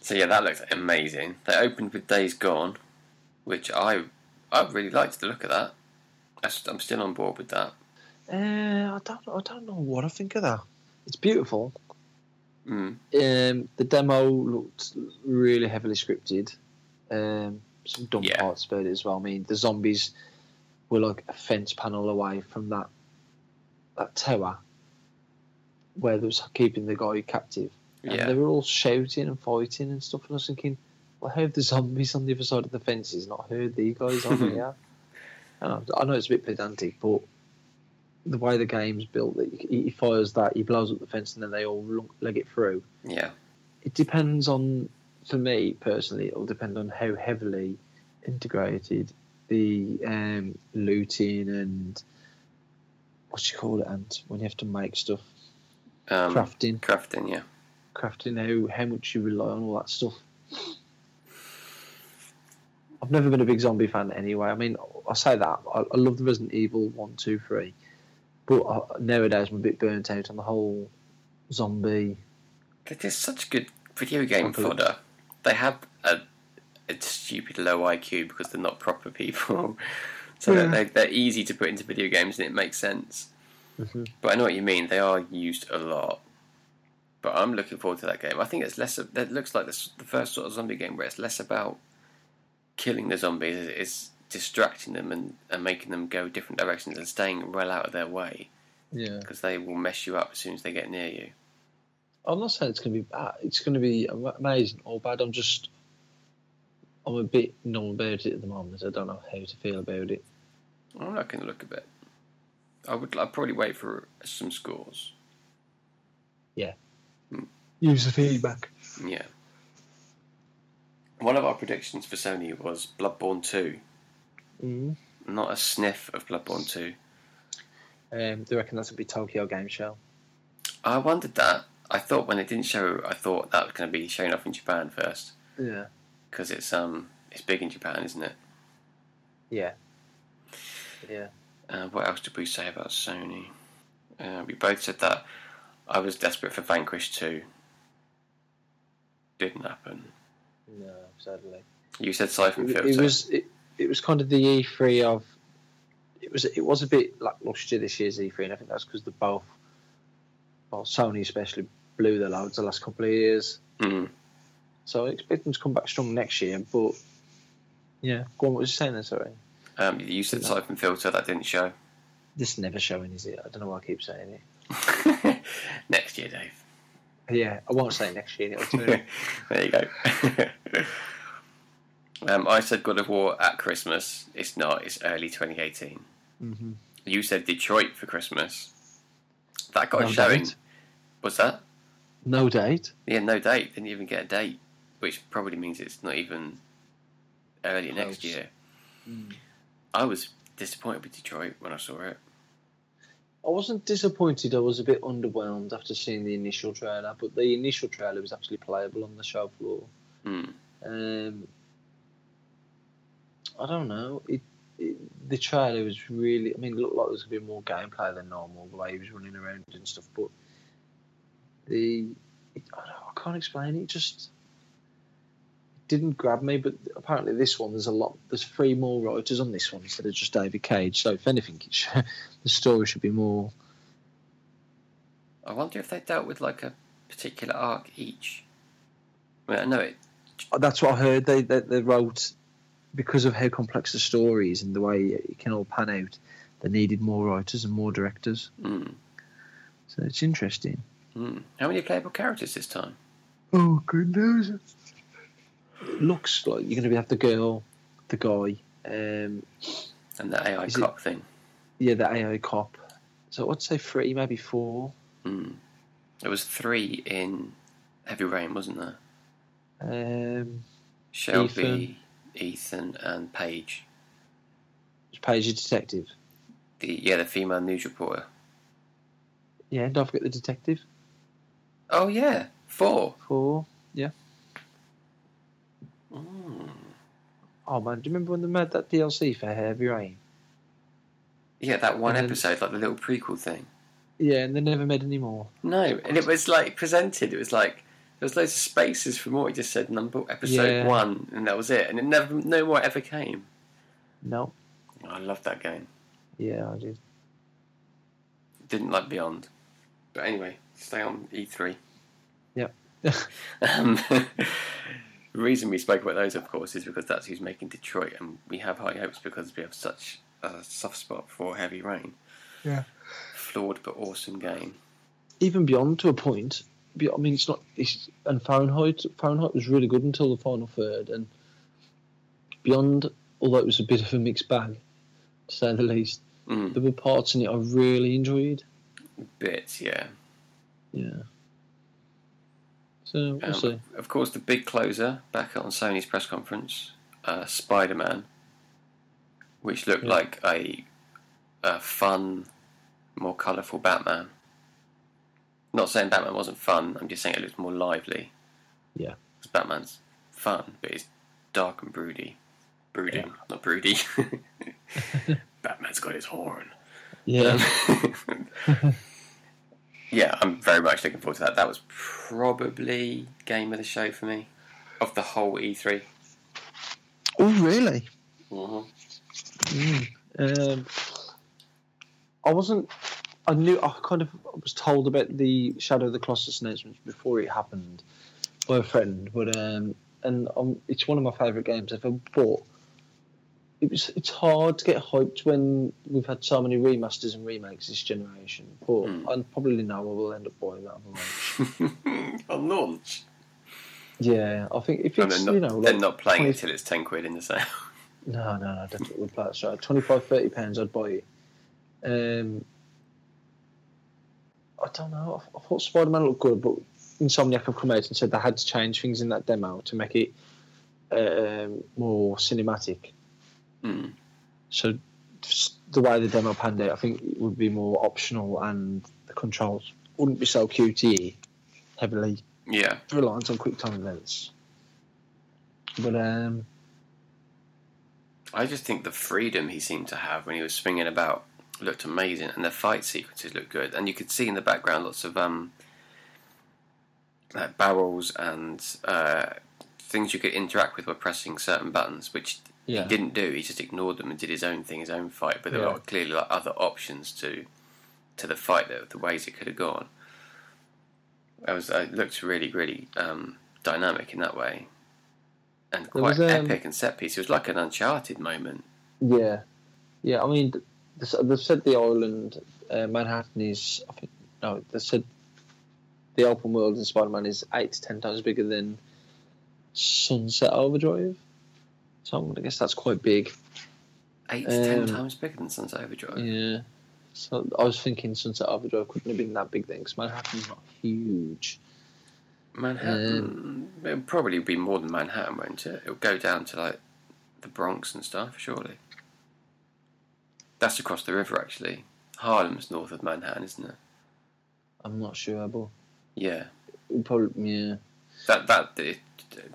So yeah, that looks amazing. They opened with Days Gone, which I I really liked the look of that. I s- I'm still on board with that.
uh, I don't, I don't know what I think of that. It's beautiful.
Mm.
Um, the demo looked really heavily scripted. Um, some dumb
Yeah.
parts about it as well. I mean, the zombies were like a fence panel away from that that tower where they was keeping the guy captive, and
Yeah,
they were all shouting and fighting and stuff. And I was thinking, well, how have the zombies on the other side of the fences not heard these
[laughs]
guys on here? I know, I know it's a bit pedantic, but the way the game's built, that he he fires that, he blows up the fence, and then they all lug- leg it through
yeah,
it depends on for me personally it'll depend on how heavily integrated the um, looting and what do you call it and when you have to make stuff
um,
crafting
crafting. Yeah,
crafting how, how much you rely on all that stuff I've never been a big zombie fan anyway I mean I say that I, I love the Resident Evil 1, 2, 3 uh, but I, nowadays I'm a bit burnt out on the whole zombie
It is such good video game
Compliments.
fodder. They have a, a stupid low IQ because they're not proper people. [laughs] so they're,
Yeah.
they're, they're easy to put into video games and it makes sense.
Mhm.
But I know what you mean. They are used a lot. But I'm looking forward to that game. I think it's less. Of, that looks like this, the first sort of zombie game where it's less about killing the zombies. It's, it's distracting them and, and making them go different directions and staying well out of their way
Yeah.
because they will mess you up as soon as they get near you.
I'm not saying it's going to be bad. It's going to be am- amazing or bad. I'm just, I'm a bit numb about it at the moment. I don't know how to feel about it.
I'm not going to look a bit. I would. I'd probably wait for some scores.
User feedback.
Yeah. One of our predictions for Sony was Bloodborne Two.
Mm.
Not a sniff of Bloodborne Two.
Um, do you reckon that's going to be Tokyo Game Show?
I wondered that. I thought when it didn't show, I thought that was going to be shown off in Japan first
Yeah.
because it's um it's big in Japan, isn't it?
Yeah. Yeah.
Uh, what else did we say about Sony? Uh, we both said that I was desperate for Vanquish Two. Didn't happen.
No, sadly.
You said Siphon
It,
Filter.
it was it, it was kind of the E3 of it was it was a bit lackluster this year's E3, and I think that's because the both, well, Sony especially blew their loads the last couple of years.
Mm.
So I expect them to come back strong next year, but yeah, go on. What was you saying there? Sorry,
Um, you said
Yeah.
siphon filter that didn't
[laughs]
show.
this is never showing, is it? I don't know why I keep saying it.
Next year, Dave. [laughs]
Yeah, I won't say next year. It'll turn.
there you go. [laughs] um, I said God of War at Christmas. It's not. It's early 2018.
mm-hmm.
You said Detroit for Christmas. That got a Oh, showing. Was that?
No date.
Yeah, no date. Didn't even get a date, which probably means it's not even early next
Close.
year.
Mm.
I was disappointed with Detroit when I saw it.
I wasn't disappointed. I was a bit underwhelmed after seeing the initial trailer, but the initial trailer was actually playable on the show floor.
Mm.
Um, I don't know. It, it the trailer was really. I mean, it looked like there was gonna be more gameplay than normal, the way he was running around and stuff. But the it, I, don't, know, I can't explain it. it Just it didn't grab me. But apparently, this one there's a lot. There's three more writers on this one instead of just David Cage. So if anything, it should, [laughs] the story should be more.
I wonder if they dealt with like a particular arc each. I, mean, I know it
That's what I heard. They they, they wrote because of how complex the story is and the way it can all pan out. They needed more writers and more directors.
Mm.
So it's interesting.
Mm. How many playable characters this time?
Oh, good news. It looks like you're going to have the girl, the guy, um,
And the AI
Is it-
cop thing.
yeah, the AI cop. So I'd say three, maybe four.
Mm. There was three in Heavy Rain, wasn't there?
Um,
Shelby, Ethan, and Paige.
Paige, the detective.
The yeah, the female news reporter.
Yeah, don't forget the detective.
Oh yeah, four.
Four.
Mm.
Oh man, do you remember when they made that DLC for Heavy Rain?
Yeah, that one
And then-
episode, like the little prequel thing.
Yeah, and they never made any more.
No, and it was like presented. It was like there was loads of spaces from what we just said. Number episode
Yeah.
one, and that was it. And it never, no more ever came.
No.
I love that game.
Yeah, I did.
didn't like Beyond. But anyway, stay on E3.
Yep.
[laughs] um, [laughs] the reason we spoke about those, of course, is because that's who's making Detroit, and we have high hopes because we have such a soft spot for Heavy Rain.
Yeah.
Flawed but awesome game.
Even beyond to a point. Be- I mean, it's not. It's, and Fahrenheit. Fahrenheit was really good until the final third, and beyond. Although it was a bit of a mixed bag, to say the least,
Mm,
there were parts in it I really enjoyed.
bits, yeah.
Yeah. So we'll
Um,
see.
Of course, the big closer back on Sony's press conference, uh, Spider Man, which looked
Yeah.
like a, a fun, more colourful Batman. Not saying Batman wasn't fun, I'm just saying it looked more lively.
Yeah.
'Cause Batman's fun, but it's dark and broody. Brooding, not
[laughs]
broody. [laughs] Batman's got his horn.
[laughs] Yeah.
Um, [laughs] yeah, I'm very much looking forward to that. That was probably game of the show for me of the whole E E3.
Oh, really? Mm-hmm.
[laughs] Mhm.
Mm. Um, I wasn't. I knew. I kind of was told about the Shadow of the Colossus announcements before it happened by a friend, but um, and um, it's one of my favourite games ever. But it was. It's hard to get hyped when we've had so many remasters and remakes this generation. But
Mm.
I probably know I will end up buying that. on launch.
on launch.
Yeah, I think if
And
it's
they're not,
you know
they're
like
not playing it
20
till it's 10 quid in the sale. [laughs]
No, no, no, definitely would play that straight. 25, 30 pounds, I'd buy it. Um, I don't know. I, I thought Spider Man looked good, but Insomniac have come out and said they had to change things in that demo to make it um, more cinematic.
Mm.
So s- the way the demo panned out, I think it would be more optional and the controls wouldn't be so QTE heavily
Yeah.
reliant on quick time events. But um,
I just think the freedom he seemed to have when he was swinging about looked amazing, and the fight sequences looked good. And you could see in the background lots of um, like barrels and uh, things you could interact with by pressing certain buttons, which
yeah.
he didn't do. He just ignored them and did his own thing, his own fight. But there
Yeah.
were clearly like other options to to the fight, that, the ways it could have gone. I was, it looked really, really um, dynamic in that way, and
There
quite
was, um,
epic and set piece. It was like an Uncharted moment.
Yeah, yeah. I mean, th- this- they've said the island, uh, Manhattan is. I think no, they said the open world in Spider-Man is eight to ten times bigger than Sunset Overdrive. So I'm gonna guess that's quite big.
Eight to ten
Um,
times bigger than Sunset Overdrive.
Yeah. So I was thinking Sunset Overdrive couldn't have been that big then, because Manhattan's not huge. um,
Manhattan, it'll probably be more than Manhattan, won't it? It'll go down to like the Bronx and stuff, surely. That's across the river, actually. Harlem's north of Manhattan, isn't it?
I'm not sure, but
Yeah,
it'd probably yeah.
that that it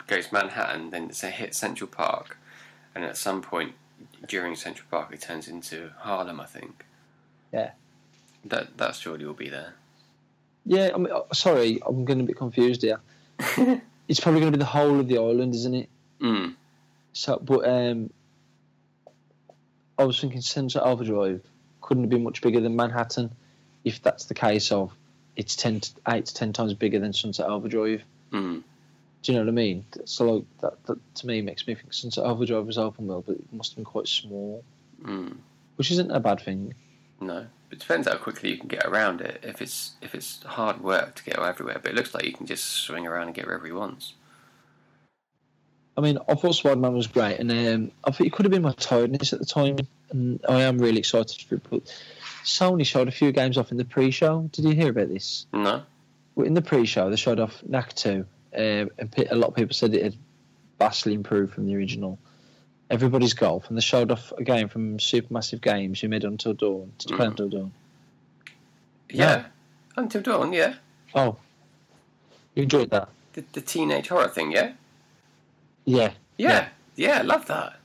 goes Manhattan, then it's a hit Central Park, and at some point during Central Park, it turns into Harlem, I think.
Yeah.
That that surely will be there.
Yeah, I mean, oh, sorry, I'm going to be confused here. it's probably going to be the whole of the island, isn't it?
Mm.
So, but um, I was thinking Sunset Overdrive couldn't have been much bigger than Manhattan. If that's the case of, it's ten to, eight to ten times bigger than Sunset Overdrive.
Mm.
Do you know what I mean? So like, that, that to me makes me think Sunset Overdrive was open world, but it must have been quite small,
Mm.
which isn't a bad thing.
No, it depends how quickly you can get around it. If it's if it's hard work to get everywhere, but it looks like you can just swing around and get wherever he wants.
I mean, I thought Spider Man was great, and um, I think it could have been my tiredness at the time, and I am really excited for it. But Sony showed a few games off in the pre-show. Did you hear about this?
No,
Well, in the pre-show, they showed off Knack 2, um, and pe- a lot of people said it had vastly improved from the original. Everybody's Golf, and they showed off a game from Supermassive Games who made Until Dawn. Did you play
Mhm.
Until Dawn?
yeah, until dawn, yeah.
Oh, you enjoyed that?
The, the teenage horror thing, yeah?
Yeah.
yeah, yeah, Love that.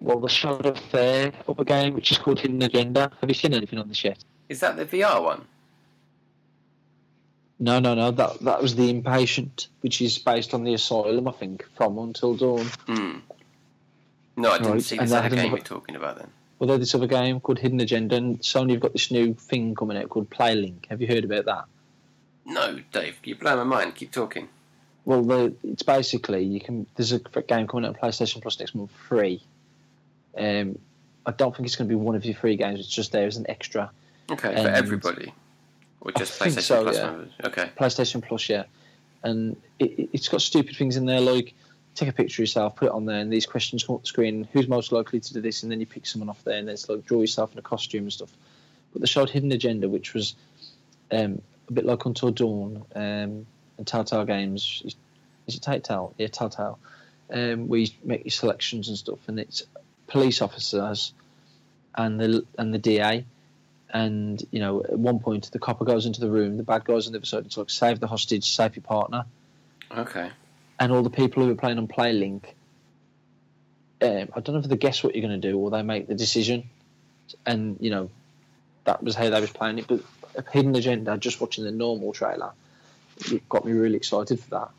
Well, they showed off their other game, which is called Hidden Agenda. Have you seen anything on this yet?
Is that the VR one?
No, no, no. That that was The Impatient, which is based on The Asylum, I think, from Until Dawn.
Mm. No, I didn't
Right,
see
and
this
that
other
didn't
game
look-
you're talking about then.
Well, there's this other game called Hidden Agenda, and Sony have got this new thing coming out called Playlink. Have you heard about that?
No, Dave, you blow my mind. Keep talking.
Well, the, it's basically you can. There's a game coming out on PlayStation Plus next month, free. Um, I don't think it's going to be one of your free games. It's just there as an extra
Okay,
And-
for everybody, or just
think
PlayStation
so,
Plus
yeah.
members. Okay.
PlayStation Plus, yeah. And it, it- it's got stupid things in there like take a picture of yourself, put it on there, and these questions come up the screen. Who's most likely to do this? And then you pick someone off there, and it's like draw yourself in a costume and stuff. But they showed Hidden Agenda, which was um, a bit like Until Dawn um, and Telltale Games. Is, is it Telltale? Yeah, Telltale. Um, where you make your selections and stuff, and it's police officers and the and the DA and you know at one point the copper goes into the room the bad guys on the other side it's like save the hostage save your partner
Okay.
and all the people who are playing on playlink um, i don't know if they guess what you're going to do or they make the decision and you know that was how they was playing it but a hidden agenda just watching the normal trailer. It got me really excited for that.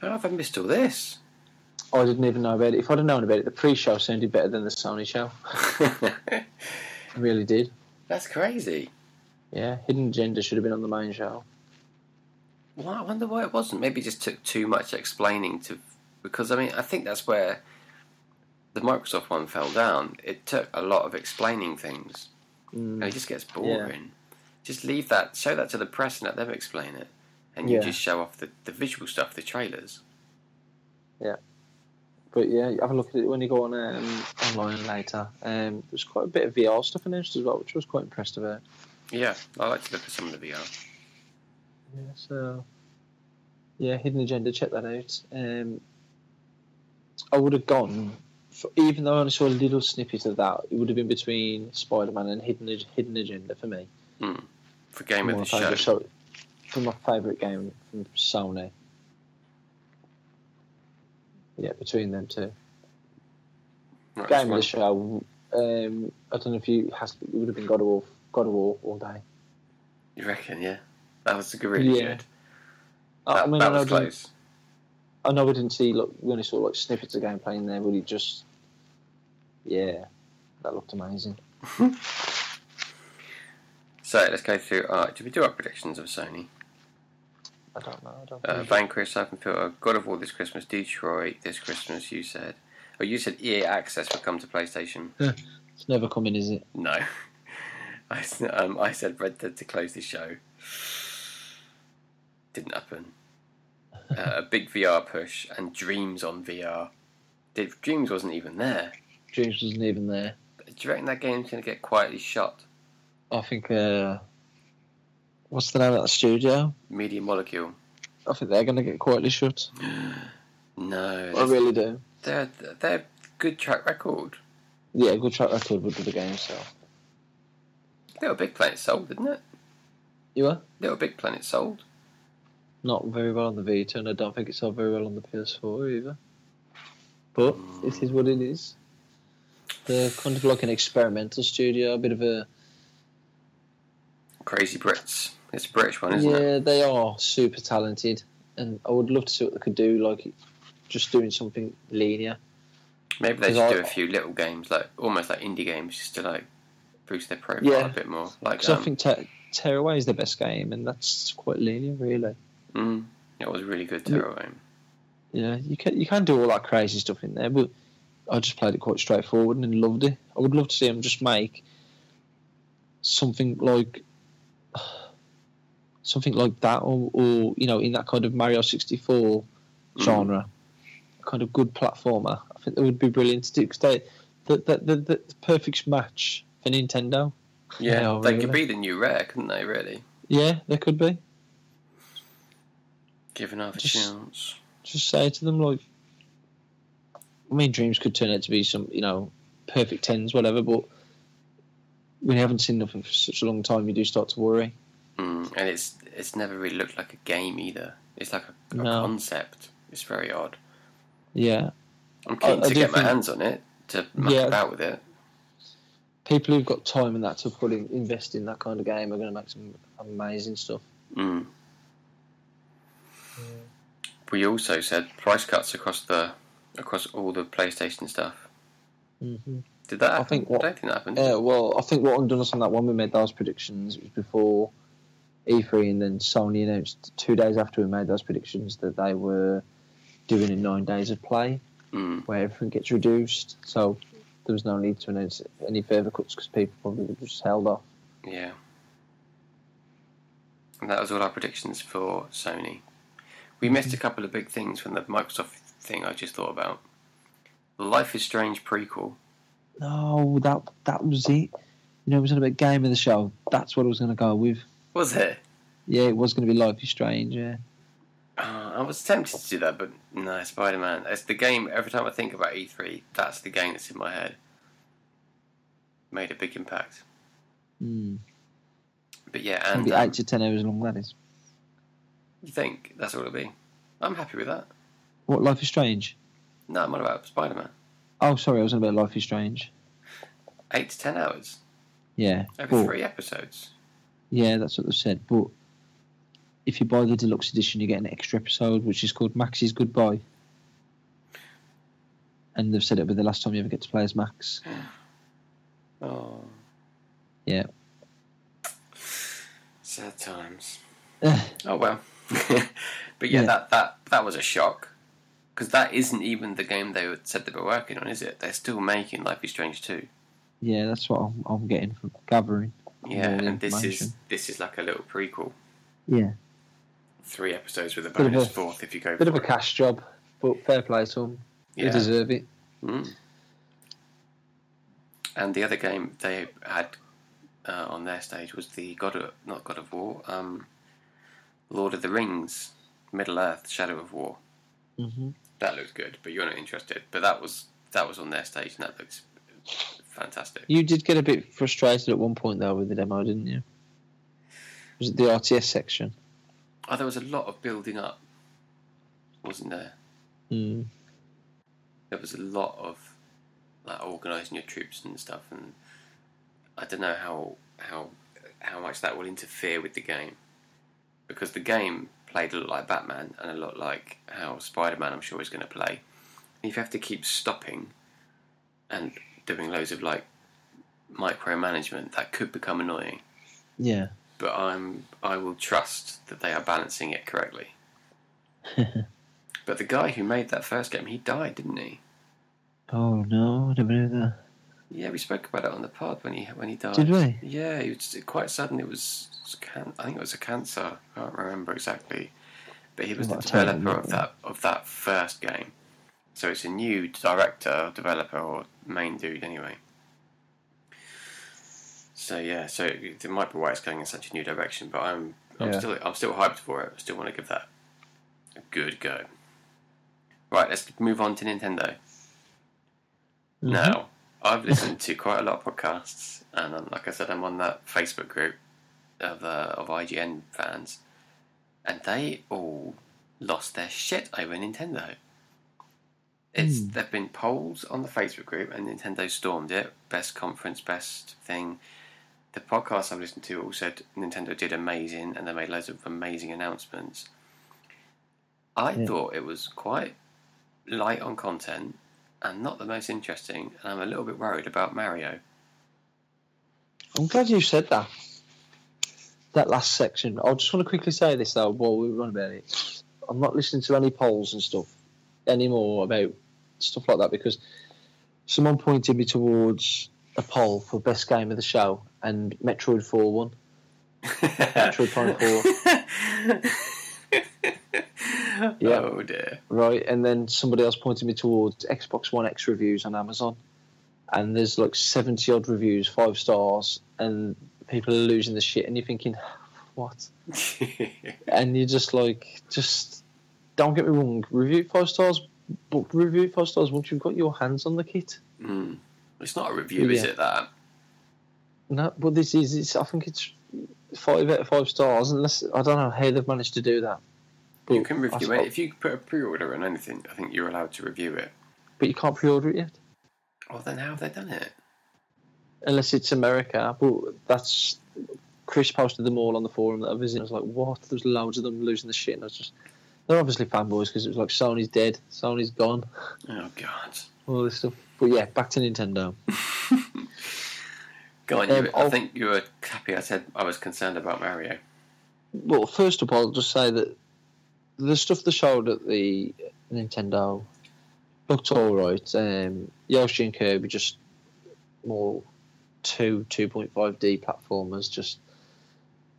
How have I missed all this? [laughs]
I didn't even know about it. If I'd have known about it, the pre-show sounded better than the Sony show. [laughs] It really did.
That's crazy.
Yeah, hidden agenda should have been on the main show.
Well, I wonder why it wasn't. Maybe it just took too much explaining to. Because, I mean, I think that's where the Microsoft one fell down. It took a lot of explaining things.
Hmm.
And it just gets boring. Just leave that, show that to the press and let them explain it. And you
Yeah.
just show off the, the visual stuff, the trailers.
But yeah, have a look at it when you go on um, online later. Um, there's quite a bit of VR stuff announced as well, which I was quite impressed about.
Yeah, I like to look at some of the VR.
Yeah, so yeah, hidden agenda. Check that out. Um, I would have gone, for, even though I only saw a little snippet of that. It would have been between Spider Man and hidden Ag- hidden agenda for me.
For Game of
One
the
of
Show.
my favourite show- for my favourite game from Sony. Yeah, between them two.
Right, this
game of
one.
the show. Um, I don't know if you has it would have been God of War, God of War all day.
You reckon, yeah? That was a really
Yeah.
good.
I-
That,
I mean,
Oh, that
I, know
was
we didn't-
close.
I know we didn't see like we only saw like snippets of gameplay in there, but it just yeah, that looked amazing.
So let's go through our. Did we do our predictions of Sony?
I don't know. I don't.
Uh,
think-
Vanquish, Siphon Filter, "Oh, God of War this Christmas, Detroit this Christmas, you said. Oh, you said EA Access would come to PlayStation.
it's never coming, is it?
No. [laughs] I, s- um, I said Red Dead to close the show. Didn't happen. Uh, a big VR push and Dreams on VR. Did, Dreams wasn't even there.
Dreams wasn't even there.
Do you reckon that game's going to get quietly shot?
I think. Uh, what's the name of that studio?
Media Molecule.
I think they're going to get quietly shut.
No.
I really do.
They're, they're good track record.
Yeah, good track record with the game. So
Little Big Planet sold, didn't it?
you are
Little Big Planet sold.
not very well on the Vita, and I don't think it sold very well on the PS4 either. But it is what it is. They're kind of like an experimental studio, a bit of a
Crazy Brits. It's a British one, isn't
yeah.
it?
They are super talented, and I would love to see what they could do, like just doing something linear.
Maybe they
'Cause
should
I-
do a few little games, like almost like indie games, just to like boost their profile
Yeah.
a bit more. Like,
Because
um,
I think Te- Tearaway is the best game, and that's quite linear, really.
mm, it was a really good tarot game.
Yeah, you can you can do all that crazy stuff in there, but I just played it quite straightforward and loved it. I would love to see him just make something like [sighs] something like that, or, or you know, in that kind of Mario sixty four
Mm.
genre, kind of good platformer. I think that would be brilliant to do because they the the, the the perfect match for Nintendo.
Yeah,
Yeah, oh,
they could
really.
be the new rare, couldn't they? Really,
Yeah, there could be.
given half a
Just-
chance.
just say to them like I mean dreams could turn out to be some you know perfect tens whatever but when you haven't seen nothing for such a long time you do start to worry
Mm, and it's it's never really looked like a game either. It's like a, a
No.
concept. It's very odd.
yeah
I'm
I-
keen
I
to
do
get my
think-
hands on it to muck
Yeah.
about with it.
people who've got time and that to put in, invest in that kind of game are going to make some amazing stuff
Mm. We also said price cuts across the across all the PlayStation stuff.
mm-hmm.
Did that? Happen? I
think what-
don't think that happened.
yeah Uh, well I think what undone us on that one we made those predictions it was before E3 and then Sony announced two days after we made those predictions that they were doing a nine days of play
Mm.
where everything gets reduced. So there was no need to announce any further cuts because people probably would have just held off.
Yeah. And that was all our predictions for Sony. We missed a couple of big things from the Microsoft thing I just thought about. The Life is Strange prequel.
No, that that was it. You know, it was about game of the show. That's what I was going to go with.
Was it?
Yeah, it was going to be Life is Strange. Yeah,
Uh, I was tempted to do that, but no, Spider Man. It's the game, every time I think about E3, that's the game that's in my head. Made a big impact.
mm.
But yeah, and
maybe
um,
eight to ten hours long. That is
you think that's all it'll be. I'm happy with that.
what Life is Strange.
No, I'm not about Spider Man.
Oh, sorry, I was on about Life is Strange.
Eight to ten hours
Yeah,
over
Well,
three episodes.
Yeah, that's what they've said. But if you buy the deluxe edition, you get an extra episode, which is called Max's Goodbye. And they've said it'll be the last time you ever get to play as
[laughs]
Max.
Oh.
Yeah.
Sad times. oh well. [laughs] but yeah,
Yeah.
that that that was a shock because that isn't even the game they would- said they were working on, is it? They're still making Life is Strange two.
Yeah, that's what I'm, I'm getting from gathering.
Yeah,
More
and this is
information.
this is like a little prequel.
Yeah.
Three episodes with a
Bit of
bonus
a-
fourth if you go
Bit
for
of a
it.
cash job, but fair play to them. They
Yeah.
deserve it.
Mm. And the other game they had uh, on their stage was the God of not God of War, um, Lord of the Rings, Middle Earth, Shadow of War.
Mm-hmm.
That looked good, but you're not interested. But that was that was on their stage, and that looks fantastic.
You did get a bit frustrated at one point, though, with the demo, didn't you? Was it the RTS section?
Oh, there was a lot of building up, wasn't there?
Mm.
There was a lot of like organising your troops and stuff, and I don't know how how how much that will interfere with the game, because the game played a lot like Batman and a lot like how Spider Man, I'm sure, is going to play. And if you have to keep stopping and doing loads of like micromanagement, that could become annoying.
Yeah.
but I'm I will trust that they are balancing it correctly. but the guy who made that first game, he died, didn't he?
Oh no, I never knew that.
Yeah, we spoke about it on the pod when he when he died.
Did we?
Yeah, it was quite sudden. It was can- I think it was a cancer. I can't remember exactly, but he was the
What a terrible
developer of
name.
that of that first game. So it's a new director, developer, or main dude anyway. So yeah, so it, it might be why it's going in such a new direction. But I'm I'm
Yeah.
still I'm still hyped for it. I still want to give that a good go. Right, let's move on to Nintendo. Now, I've listened to quite a lot of podcasts, and um, like I said, I'm on that Facebook group of uh, of IGN fans, and they all lost their shit over Nintendo. It's
Hmm.
there've been polls on the Facebook group, and Nintendo stormed it. Best conference, best thing. The podcasts I've listened to all said Nintendo did amazing, and they made loads of amazing announcements. I
Yeah.
thought it was quite light on content and not the most interesting, and I'm a little bit worried about Mario.
I'm glad you said that.
that last section. I just want to quickly say this though, while we run about it. I'm not listening to any polls and stuff anymore about stuff like that because someone pointed me towards a poll for best game of the show and Metroid 4 won. Metroid Prime 4,
[laughs]
Yeah.
Oh dear.
right? And then somebody else pointed me towards Xbox One X reviews on Amazon. And there's like 70 odd reviews, five stars, and people are losing the shit. And you're thinking, what? and you're just like, just don't get me wrong. Review five stars, but review five stars once you've got your hands on the kit.
[laughs] Hmm. It's not a review, is
Yeah.
it? That
No, but this is, it's, I think it's five out of five stars. Unless I don't know how they've managed to do that. But
you can
I
review
thought-
it if you put a pre-order on anything. I think you're allowed to review it.
but you can't pre-order it yet
Well, then how have they done it?
unless it's America. But that's Chris posted them all on the forum that I visited. I was like, what? There's loads of them losing the shit. And I was just, they're obviously fanboys because it was like Sony's dead, Sony's gone,
Oh God.
all this stuff. But yeah, back to Nintendo.
Go on,
Um,
you, I
I'll-
think you were happy. I said I was concerned about Mario.
well, first of all, I'll just say that the stuff they showed at the Nintendo looked all right. Um, Yoshi and Kirby just more two two point five D platformers. Just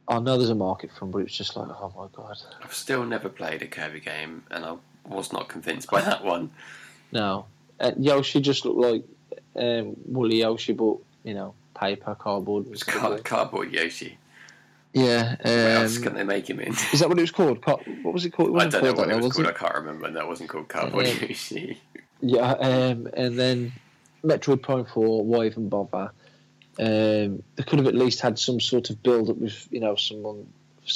I know there's a market for 'em, but it's just like oh my god,
I've still never played a Kirby game, and I was not convinced by that one.
no. Uh, Yoshi just looked like um, woolly Yoshi, but you know paper [laughs] cardboard.
It's car- cardboard Yoshi.
Yeah,
What else
um,
can they make him in?
is that what it was called? Car- what was it called? It
I
wasn't
don't know
called
what
that,
it was
was
called. I can't remember. and That wasn't called Cardboard
Yeah.
Yoshi.
Yeah, um, and then Metroid Prime Four, why even bother? Um, they could have at least had some sort of build up with you know someone's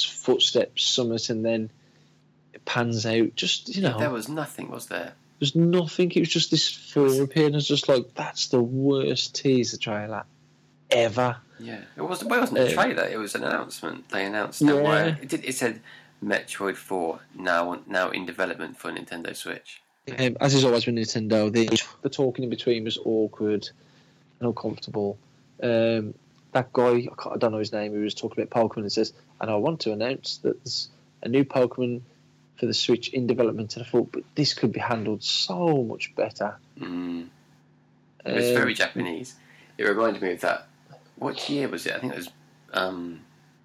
footsteps, summit, and then it pans out. Just you know,
There was nothing, was there?
there's nothing. It was just this full appearance. Just like that's the worst teaser trailer
ever.
Yeah, it was. Well, it wasn't a
Uh,
trailer. It was an announcement. They announced that.
Yeah.
Why, it, did, it said Metroid Four now on- now in development for Nintendo Switch.
Um, as is always with Nintendo, the
The talking in between was awkward and uncomfortable. Um, that guy, I, can't, I don't know his name, who was talking about Pokemon and says, and I want to announce that there's a new Pokemon for the Switch in development. And I thought, but this could be handled so much better.
Mm. It was
Um,
very Japanese. It reminded me of that. What year was it? I think it was. Um,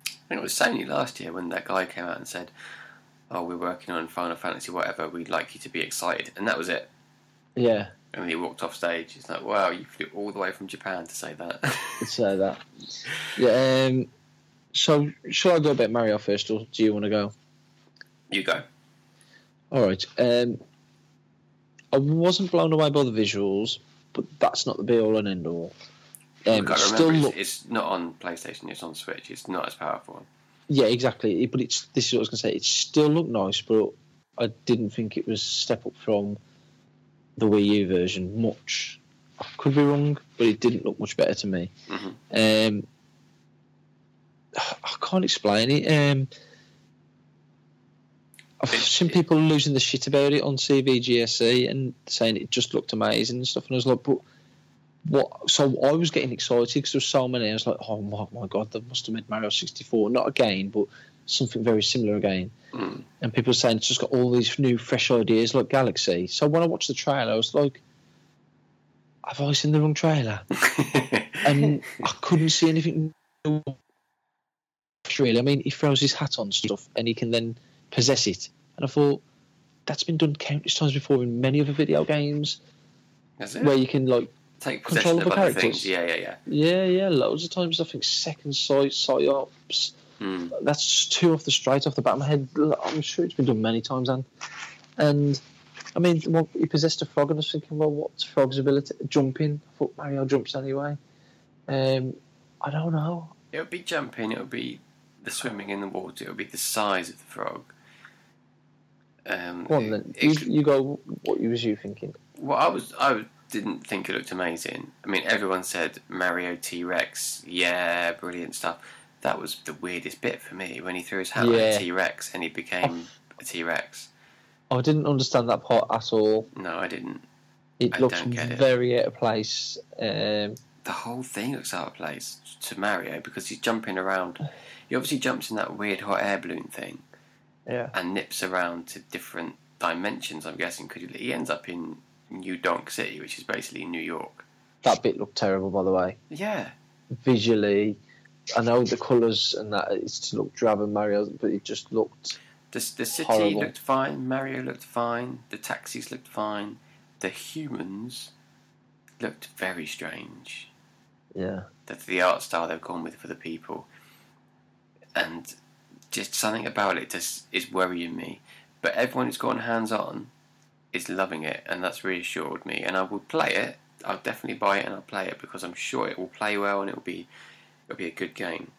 I think it was Sony last year when that guy came out and said, "Oh, we're working on Final Fantasy, whatever. We'd like you to be excited," and that was it.
Yeah,
And he walked off stage. It's like, wow, you flew all the way from Japan to say that. [laughs]
it's uh, that.
yeah. Um, so shall I go about Mario first, or do you want to go?
you go.
All right. Um, I wasn't blown away by the visuals, but that's not the be all and end all.
You've
Um,
got
it
to
still
remember,
look,
it's, it's not on PlayStation. It's on Switch. It's not as powerful.
yeah, exactly. It- But it's this is what I was going to say. It still looked nice, but I didn't think it was a step up from the Wii U version much. I could be wrong, but it didn't look much better to me.
Mhm.
Um, I can't explain it. Um, I've
It-
seen
it-
people losing the shit about it on CVGSE E and saying it just looked amazing and stuff. And I was like, but what? So I was getting excited because there were so many. I was like, oh my, my god, they must have made Mario 64. Not again, but something very similar again.
[laughs] Mm.
And people are saying it's just got all these new, fresh ideas like Galaxy. So when I watched the trailer, I was like, have I seen the wrong trailer? and I couldn't see anything new. really. I mean, he throws his hat on stuff and he can then possess it. And I thought that's been done countless times before in many other video games
That's
where
it.
you can like,
Take possession
control of
of
the
other
characters.
things. Yeah, yeah, yeah.
yeah, yeah, loads of times. I think Second Sight, Psyops.
Mm.
That's just two off the straight off the bat of my head. I'm sure it's been done many times, and and. I mean, well, he possessed a frog, and I was thinking, well, what's Frog's ability? Jumping. I thought Mario jumps anyway. Um, I don't know.
It would be jumping. It would be the swimming in the water. It would be the size of the frog. Um,
Go on then.
it-
You,
it-
you go. What was you thinking?
well, I was. I didn't think it looked amazing. I mean, everyone said Mario T Rex. Yeah, brilliant stuff. That was the weirdest bit for me when he threw his hat at
Yeah. Oh.
a T Rex and he became a T Rex.
I didn't understand that part at all.
No, I didn't.
It
I
looked
don't get it.
very out of place. Um,
the whole thing looks out of place to Mario because he's jumping around. He obviously jumps in that weird hot air balloon thing
Yeah.
and nips around to different dimensions. I'm guessing because he ends up in New Donk City, which is basically New York.
that bit looked terrible, by the way.
Yeah,
Visually, I know the colours and that it's to look drab and Mario, but it just looked.
the the city
Horrible.
looked fine. Mario looked fine. The taxis looked fine. The humans looked very strange.
Yeah.
That's the art style they've gone with for the people. And just something about it just is worrying me. But everyone who's gone hands on is loving it, and that's reassured me. And I will play it. I'll definitely buy it and I'll play it because I'm sure it will play well and it'll be it'll be a good game.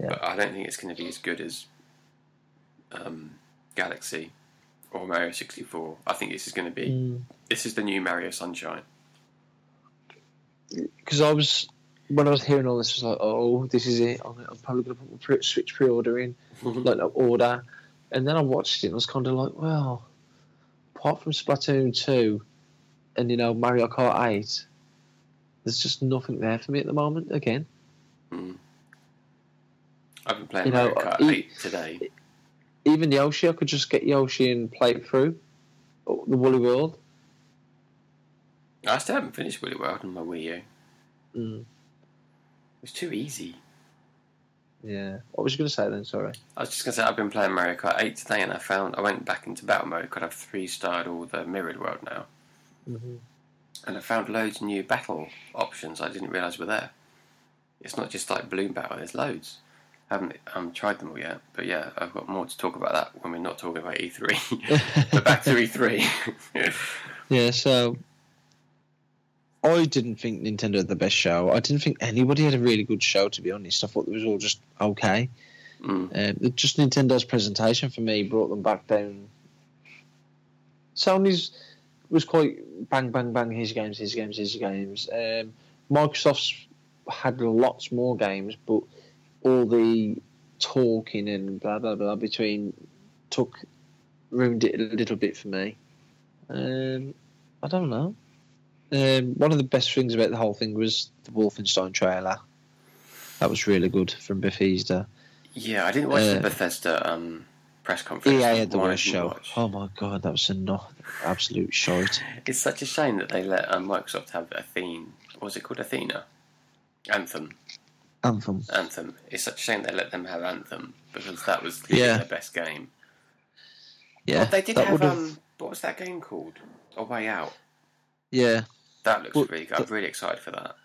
Yeah.
But I don't think it's going to be as good as um, Galaxy or Mario 64. I think this is going to be
Mm.
this is the new Mario
[laughs]
Sunshine.
because I was when I was hearing all this, I was like, "Oh, this is it. I'm, I'm probably going to put my pre- Switch pre-order in, like no, order." And then I watched it and I was kind of like, "Well, apart from Splatoon two, and you know Mario Kart eight, there's just nothing there for me at the moment." Again,
I've been playing
You know,
Mario Kart
e-
8 today.
even Yoshi, I could just get Yoshi and play it through oh, the Woolly World.
I still haven't finished Willy World on my Wii U. It
Mm,
was too easy.
yeah, what was you going to say then? Sorry.
I was just gonna say I've been playing Mario Kart 8 today, and I found I went back into battle mode because I've three-starred all the mirrored world now,
Mm-hmm.
and I found loads of new battle options I didn't realise were there. It's not just like balloon battle. There's loads. I haven't um, tried them all yet, but yeah, I've got more to talk about that when we're not talking about E3. [laughs] but back to E E3.
Yeah, so I didn't think Nintendo had the best show. I didn't think anybody had a really good show, to be honest. I thought it was all just okay.
[laughs] mm,
Um, it- just Nintendo's presentation for me brought them back down. Sony's was quite bang, bang, bang. Here's your games, here's your games, here's your games. Um, Microsoft's had lots more games, but all the talking and blah blah blah between took ruined it a little bit for me. Um, I don't know. Um, one of the best things about the whole thing was the Wolfenstein trailer. That was really good from Bethesda.
Yeah, I didn't watch the Bethesda um, press conference.
EA Uh, E had the
Why
worst
didn't you
show.
watch?
Oh my god, that was a no- absolute shite.
It's such a shame that they let um, Microsoft have Athene. what Was it called Athena? Anthem.
Anthem.
Anthem. It's such a shame they let them have Anthem because that was clearly
Yeah.
their best game.
Yeah,
but they did
that
have
would've-
um, what was that game called? A Way Out.
Yeah,
That looks
Well,
really good. I'm really excited for that.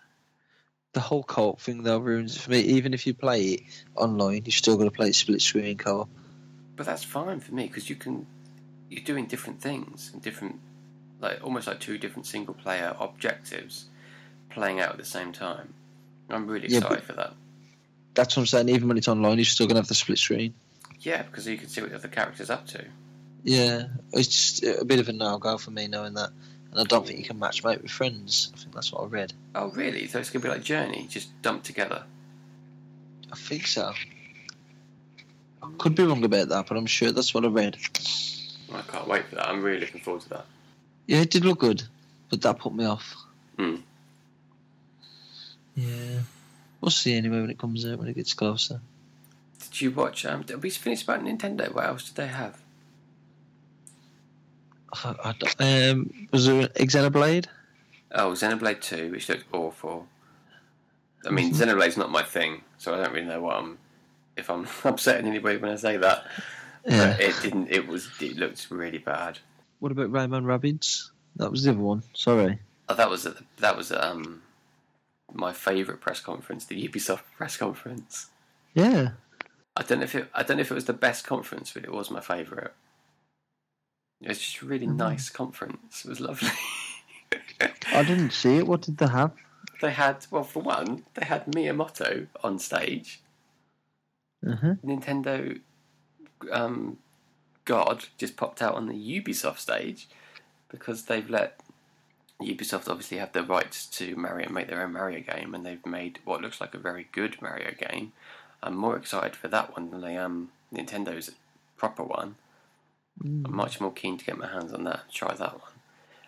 the whole co-op thing though ruins it for me. Even if you play it online, you're still going to play it split screen co-op.
But that's fine for me because you can you're doing different things and different like almost like two different single player objectives playing out at the same time. I'm really
Yeah,
excited for that.
That's what I'm saying. Even when it's online, you're still going to have the split screen.
Yeah, because you can see what the other character's up to.
Yeah, it's just a bit of a no-go for me knowing that. And I don't think you can matchmake with friends. I think that's what I read.
Oh, really? So it's gonna be like Journey, just dumped together.
I think so. I could be wrong about that, but I'm sure that's what I read.
I can't wait for that. I'm really looking forward to that.
Yeah, it did look good, but that put me off.
Hmm.
Yeah. We'll see anyway when it comes out, when it gets closer.
Did you watch? Um, did we finish about Nintendo? What else did they have?
I, I don't- um, was there an Xenoblade?
Oh, Xenoblade Two, which looked awful. I mean, [laughs] Xenoblade's not my thing, so I don't really know what I'm. If I'm [laughs] upsetting anybody when I say that,
Yeah.
but it didn't. It was. It looked really bad.
What about Rayman Rabbids? That was the other one. Sorry.
Oh, that was at the, that was at, um my favourite press conference, the Ubisoft press conference.
Yeah.
I don't know if it. I don't know if it was the best conference, but it was my favourite. It was just a really nice conference. It was lovely. [laughs]
I didn't see it. What did they have?
they had well, for one, they had Miyamoto on stage.
Uh-huh.
Nintendo um, God just popped out on the Ubisoft stage because they've let Ubisoft obviously have the rights to Mario make their own Mario game, and they've made what looks like a very good Mario game. I'm more excited for that one than I am Nintendo's proper one. I'm much more keen to get my hands on that, try that one.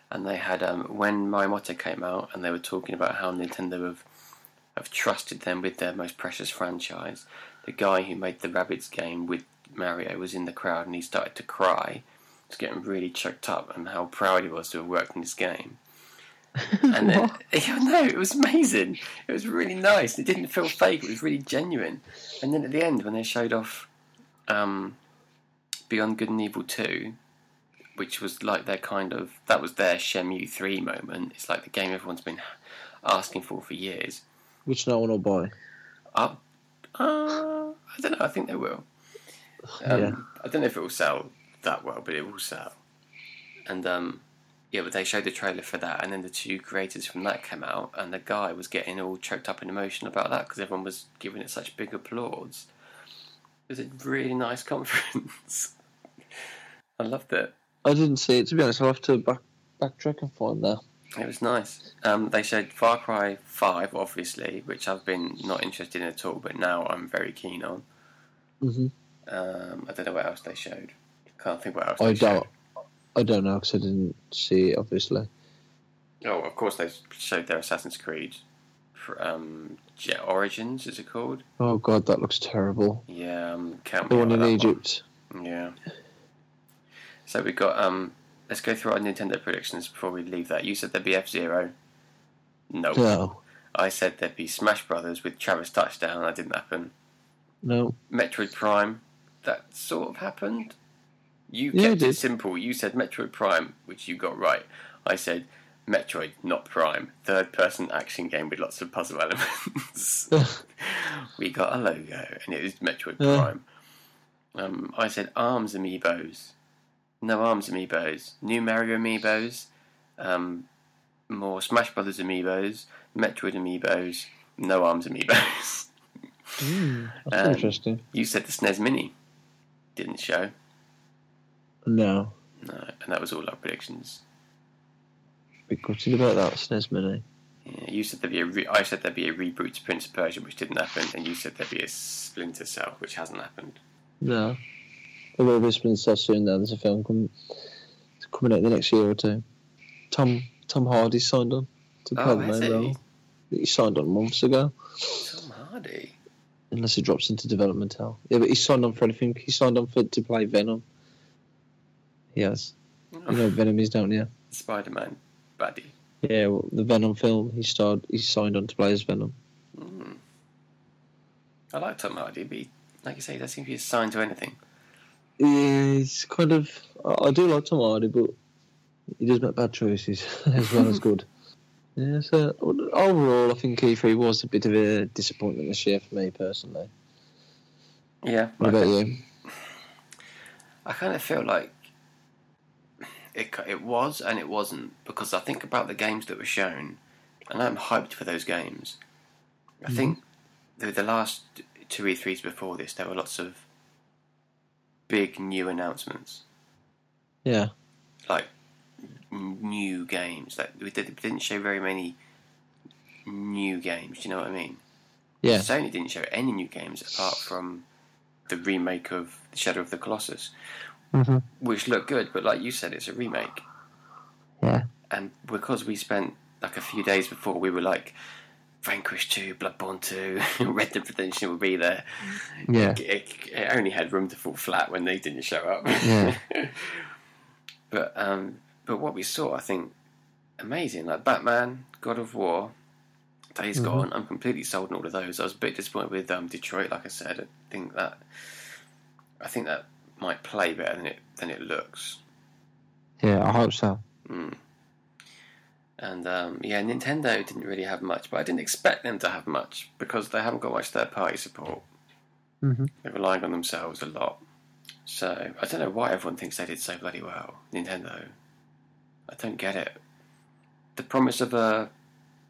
And they had um, when Miyamoto came out, and they were talking about how Nintendo have have trusted them with their most precious franchise. The guy who made the Rabbids game with Mario was in the crowd and he started to cry. He was getting really choked up and how proud he was to have worked on this game. And then, [laughs] yeah, no, it was amazing. It was really nice. It didn't feel fake. It was really genuine. And then at the end, when they showed off um, Beyond Good and Evil Two, which was like their kind of that was their Shenmue Three moment. It's like the game everyone's been asking for for years.
Which no one will buy.
Up? Uh, I don't know. I think they will. Um,
Yeah.
I don't know if it will sell that well, but it will sell. And um, yeah, but they showed the trailer for that, and then the two creators from that came out, and the guy was getting all choked up in emotion about that because everyone was giving it such big applause. It was a really nice [laughs] conference. I loved it.
I didn't see it. To be honest, I'll have to back backtrack and find that.
It was nice. Um, they showed Far Cry 5, obviously, which I've been not interested in at all, but now I'm very keen on.
Mhm.
Um, I don't know what else they showed. Can't think what else
I
they showed.
don't. I don't know because I didn't see it. Obviously.
Oh, of course, they showed their Assassin's Creed. pr- Um, Jet Origins, is it called?
Oh god, that looks terrible.
Yeah, um, count
The
me
one
out
in
of that
Egypt.
one. Yeah. So we got. um. Let's go through our Nintendo predictions before we leave that. You said there'd be F Zero. No.
No,
I said there'd be Smash Brothers with Travis touchdown. That didn't happen.
no.
Metroid Prime. That sort of happened. You
Yeah, it
kept it
did.
simple. You said Metroid Prime, which you got right. I said Metroid, not Prime. Third person action game with lots of puzzle [laughs] elements. we got a logo, and it was Metroid
Yeah.
Prime. Um, I said Arms Amiibos. No Arms Amiibos. New Mario Amiibos. Um, more Smash Brothers Amiibos. Metroid Amiibos. No Arms Amiibos. [laughs]
Hmm, That's
Um,
interesting.
You said the SNES Mini didn't show.
No,
No, and that was all our predictions.
bit gutted about that SNES Mini.
Yeah, you said there'd be a re- I said there'd be a reboot to Prince of Persia, which didn't happen, and you said there'd be a Splinter Cell, which hasn't happened.
No. There will be a Splinter Cell soon, though. There's a film coming, it's coming out the next year or two. Tom Tom Hardy signed on to play
Oh,
the
has
main
he?
role. He signed on months ago,
Tom Hardy.
unless he drops into development hell. Yeah, but he signed on for anything. He signed on for to play Venom. He has. You know, Venom is down here.
Spider Man buddy.
Yeah, well, the Venom film. He starred. He signed on to play as Venom.
Mm. I like Tom Hardy, but he, like you say, he doesn't seem to be assigned to anything.
He's kind of. I, I do like Tom Hardy, but he does make bad choices [laughs] as well as good. Yeah, so overall, I think E3 was a bit of a disappointment this year for me personally.
Yeah.
What
I,
about you?
I kind of feel like it, c- it was and it wasn't, because I think about the games that were shown, and I'm hyped for those games. I think the, the last two E3s before this, there were lots of big new announcements.
Yeah.
like n- new games. Like we did, didn't show very many new games. Do you know what I mean?
Yeah.
Sony didn't show any new games apart from the remake of Shadow of the Colossus,
Mm-hmm.
which looked good, but like you said, it's a remake.
Yeah.
And because we spent like a few days before, we were like. Vanquish 2, Bloodborne 2, [laughs] Red Dead Redemption will be there.
Yeah.
It, it- it only had room to fall flat when they didn't show up.
Yeah.
[laughs] But um, but what we saw, I think, amazing. Like Batman, God of War, Days
Mhm.
Gone. I'm completely sold on all of those. I was a bit disappointed with um, Detroit, like I said. I think that I think that might play better than it than it looks.
Yeah. I hope so.
Mm. And um, yeah, Nintendo didn't really have much, but I didn't expect them to have much because they haven't got much third party support.
Mhm.
They're relying on themselves a lot. So I don't know why everyone thinks they did so bloody well. Nintendo, I don't get it. The promise of a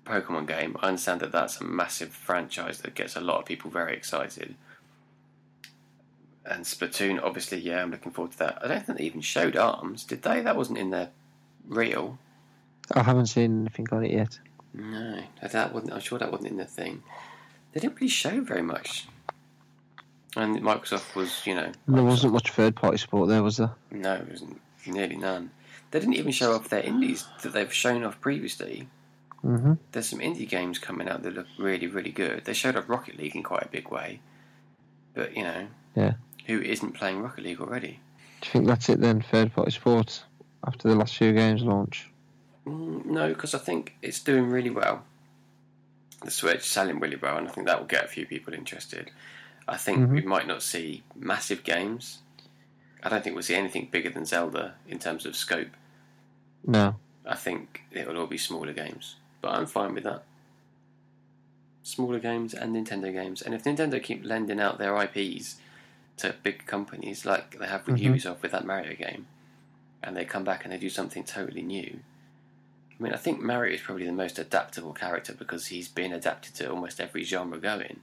Pokemon game, I understand that that's a massive franchise that gets a lot of people very excited. And Splatoon, obviously, yeah, I'm looking forward to that. I don't think they even showed arms, did they? That wasn't in their real.
I haven't seen anything on it yet.
No, that wasn't. I'm sure that wasn't in the thing. They didn't really show very much. And Microsoft was, you know,
There wasn't much third party support there, was there?
no, it wasn't nearly none. They didn't even show off their indies that they've shown off previously.
Mm-hmm.
There's some indie games coming out that look really, really good. They showed off Rocket League in quite a big way, but you know,
Yeah.
who isn't playing Rocket League already?
Do you think that's it then? Third party support after the last few games launch.
Mm, no, because I think it's doing really well. The Switch selling really well, and I think that will get a few people interested. I think we might not see massive games. I don't think we'll see anything bigger than Zelda in terms of scope.
No.
I think it will all be smaller games, but I'm fine with that. Smaller games and Nintendo games, and if Nintendo keep lending out their IPs to big companies like they have with
Mhm.
Ubisoft with that Mario game, and they come back and they do something totally new. I mean, I think Mario is probably the most adaptable character because he's been adapted to almost every genre going.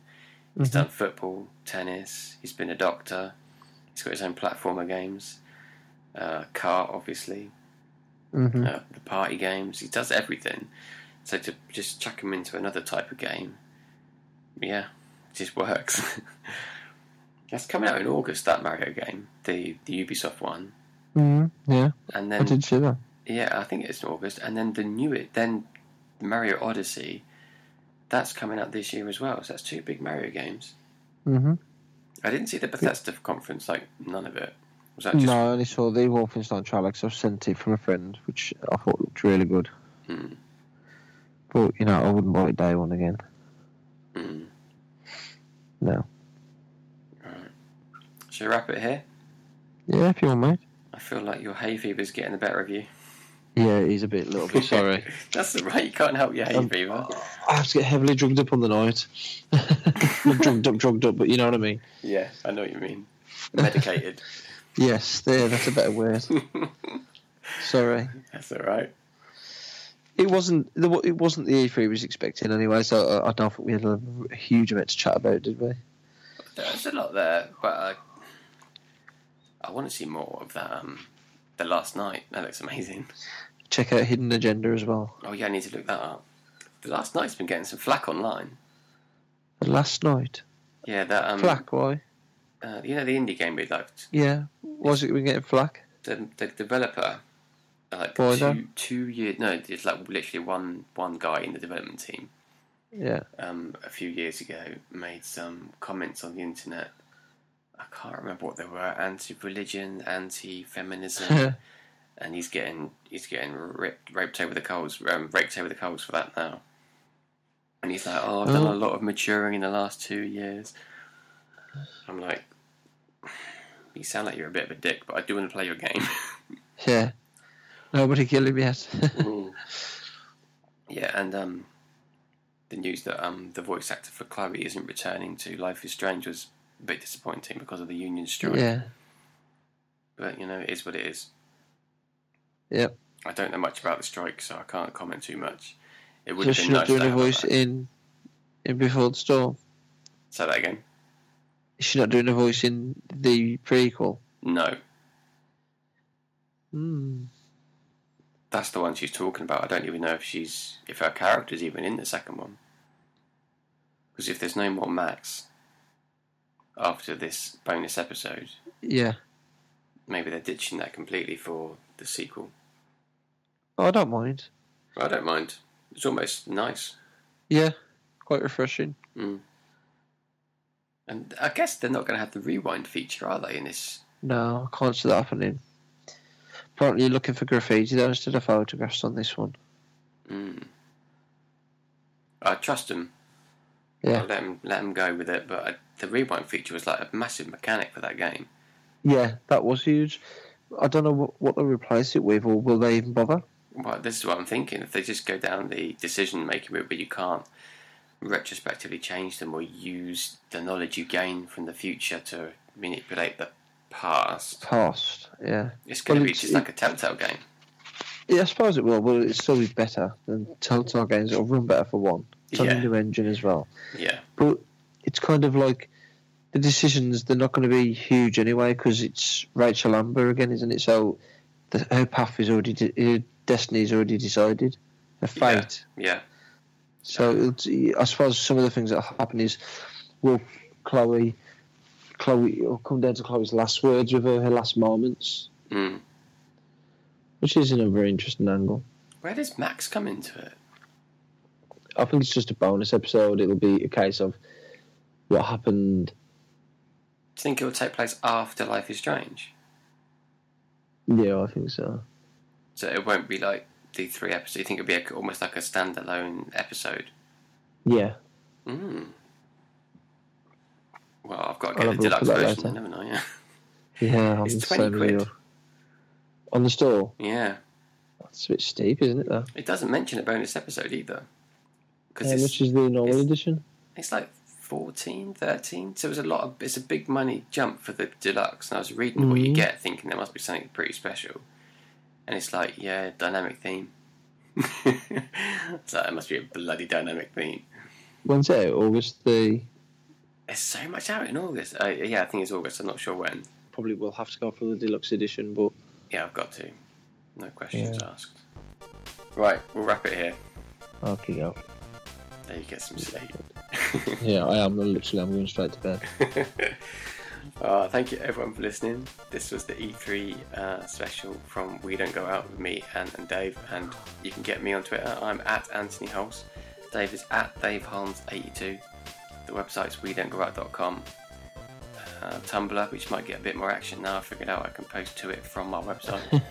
He's done football, tennis. He's been a doctor. He's got his own platformer games, uh, car, obviously
Mm-hmm.
uh, the party games. He does everything. So to just chuck him into another type of game, yeah, it just works. [laughs] That's coming out in August. That Mario game, the the Ubisoft one,
Mm-hmm. Yeah.
and
I
then
did see that.
yeah, I think it's in August, and then the new it then Mario Odyssey. That's coming out this year as well. So that's two big Mario games.
Mm-hmm.
I didn't see the Bethesda conference. Like none of it. Was that just?
No, I only saw the Wolfenstein trailer because I was sent it from a friend, which I thought looked really good.
Mm,
But you know, I wouldn't buy it day one again.
mm.
No.
Right. Should we wrap it here?
Yeah, if you want, mate.
I feel like your hay fever's getting the better of you.
Yeah, he's a bit, little [laughs]
[laughs]
bit sorry.
That's all right. You can't help your hay
Um,
fever.
I have to get heavily drugged up on the night. [laughs] Not drugged up, drugged up, but you know what I mean.
[laughs] Yeah, I know what you mean. [laughs] Medicated.
Yes, there, that's a better word. sorry.
That's all right.
It wasn't. the- It wasn't the E3 we was expecting anyway. So I- I don't think we had a huge amount to chat about, did we?
There's a lot there, but uh, I want to see more of that. Um, the last night that looks amazing.
Check out Hidden Agenda as well.
Oh yeah, I need to look that up. The last night's been getting some flack online.
But last night.
Yeah, that um,
Flack, why?
Uh, you know the indie game we liked.
Yeah. Was it we getting flack?
The, the developer, like
Why
two,
though?
two years. No, it's like literally one one guy in the development team.
Yeah.
um, a few years ago made some comments on the internet. I can't remember what they were: anti-religion,
[laughs]
anti-feminism, and he's getting he's getting ripped, raped over the coals, um, raked over the coals for that now. And he's like, "Oh, I've done a
Oh.
lot of maturing in the last two years." I'm like, "You sound like you're a bit of a dick, but I do want to play your game." [laughs]
Yeah. Nobody killed him yet.
yeah, and um, the news that um, the voice actor for Chloe isn't returning to Life is Strange was a bit disappointing because of the union strike.
yeah.
But you know, it is what it is.
Yep.
I don't know much about the strike, so I can't comment too much. It would have
Just
been
should not
nice
do
to
a
have
voice
that.
in in Before the Storm.
Say that again.
Is she not doing a voice in the prequel?
No,
Hmm.
that's the one she's talking about. I don't even know if she's if her character's even in the second one. Because if there's no more Max after this bonus episode,
Yeah.
maybe they're ditching that completely for the sequel.
Oh, I don't mind.
I don't mind. It's almost nice.
Yeah. Quite refreshing.
And I guess they're not going to have the rewind feature, are they, in this?
No, I can't see that happening. Apparently, you're looking for graffiti though instead of photographs on this one.
Mm. I trust them.
Yeah.
I'll let them, let 'em go with it, but I, the rewind feature was like a massive mechanic for that game.
Yeah, that was huge. I don't know what, what they'll replace it with, or will they even bother?
Well, this is what I'm thinking. If they just go down the decision making route where you can't retrospectively change them or use the knowledge you gain from the future to manipulate the past,
Past, yeah.
it's going
Well,
to be
it's-
just like a Telltale game.
Yeah, I suppose it will, but it'll still be better than Telltale games. It'll run better for one. It's on
Yeah.
a new engine as well.
Yeah.
But it's kind of like the decisions, they're not going to be huge anyway, because it's Rachel Amber again, isn't it? So the, her path is already, de- her destiny is already decided, her
Yeah.
fate.
Yeah.
So it's, I suppose some of the things that happen is, will Chloe, Chloe, will come down to Chloe's last words with her, her last moments,
Mm.
which is another very interesting angle.
Where does Max come into it?
I think it's just a bonus episode. It'll be a case of what happened.
Do you think it will take place after Life is Strange?
Yeah, I think so.
So it won't be like the three episodes. You think it'll be a, almost like a standalone episode?
Yeah,
Mm. Well, I've got to
I'll
get
have
the
a look at
deluxe
that
version, then,
later.
haven't I? Yeah.
yeah. I'm
It's
Um, so
20 quid.
real. on the store.
yeah.
That's a bit steep, isn't it? Though,
It doesn't mention a bonus episode either. Because
yeah,
it's,
which is the normal
it's-
edition.
it's like 14, 13. So it's a lot of, it's a big money jump for the deluxe. And I was reading what you
Mhm.
get thinking there must be something pretty special. And it's like, yeah, dynamic theme. [laughs] it's like, it must be a bloody dynamic theme.
When's it? out? August the.
There's so much out in August. Uh, yeah, I think it's August. I'm not sure when.
Probably will have to go for the deluxe edition, but
Yeah, I've got to. No questions asked. Right, we'll wrap it here.
okay, go.
There you get some sleep. [laughs]
Yeah, I am literally. I'm going straight to bed.
[laughs] uh, thank you everyone for listening. This was the E3 uh, special from We Don't Go Out with me and, and Dave. And you can get me on Twitter. I'm at Anthony Holmes. Dave is at Dave Holmes82. The website's we don't go out.com. Uh, Tumblr, which might get a bit more action now. I figured out I can post to it from my website.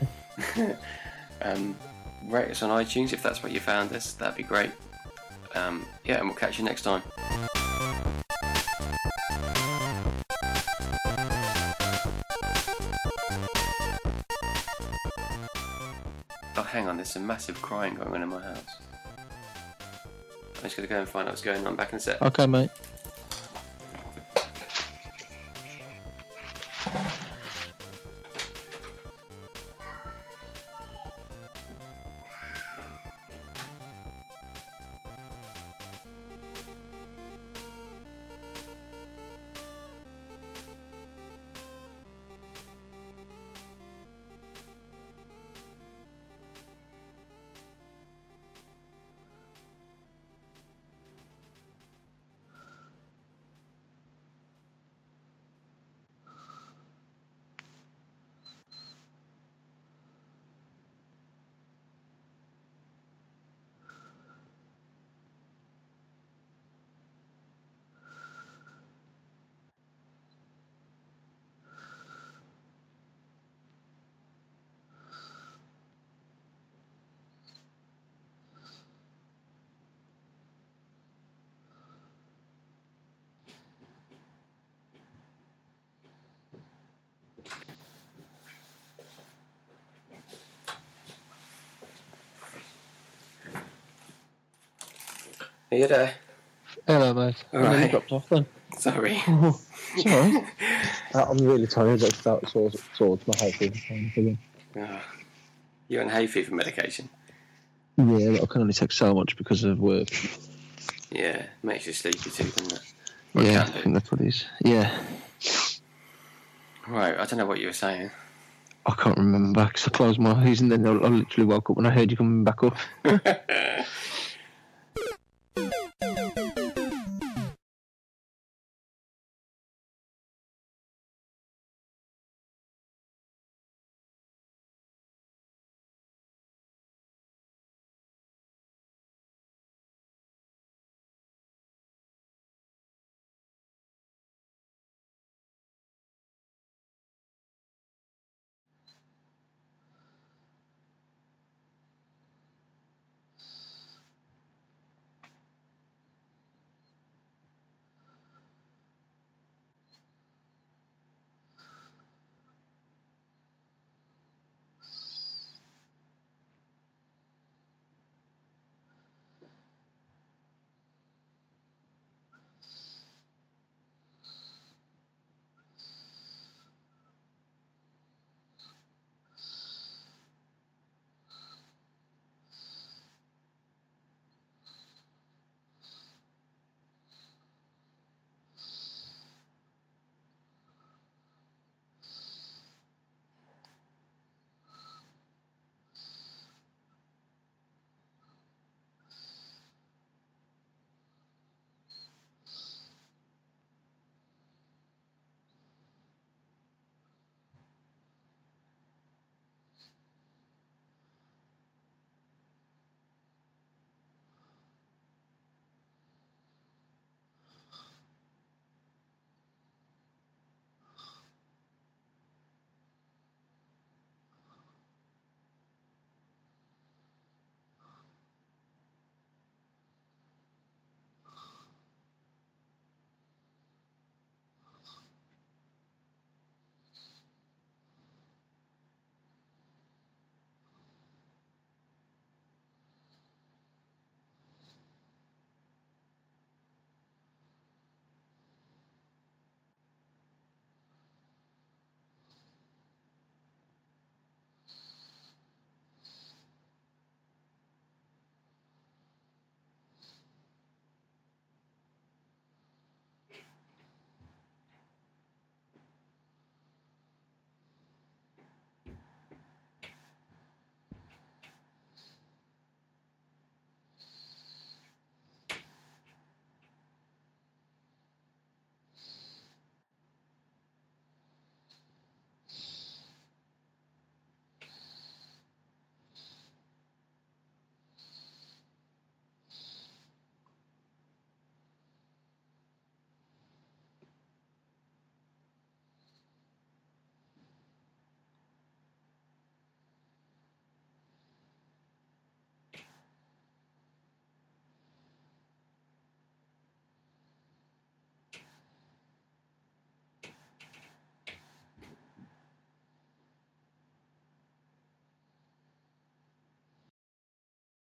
um, rate us on iTunes if that's where you found us. That'd be great. Um, yeah, and we'll catch you next time. Oh, hang on, there's some massive crying going on in my house. I'm just gonna go and find out what's going on back in a sec.
Okay, mate.
Are you there?
Hello, mate.
All
And then
right.
it dropped off then.
Sorry.
It's all right. [laughs] Uh, I'm really tired. That's that sort of towards my head. Yeah,
[laughs] Ah. You're on hay fever medication.
but I can only take so much because of work.
Yeah, makes you sleepy too, doesn't it?
yeah, I
can do.
think that's what it is. Yeah,
Right, I don't know what you were [laughs] saying.
I can't remember because I closed my eyes and then I, I literally woke up when I heard you coming back up.
That's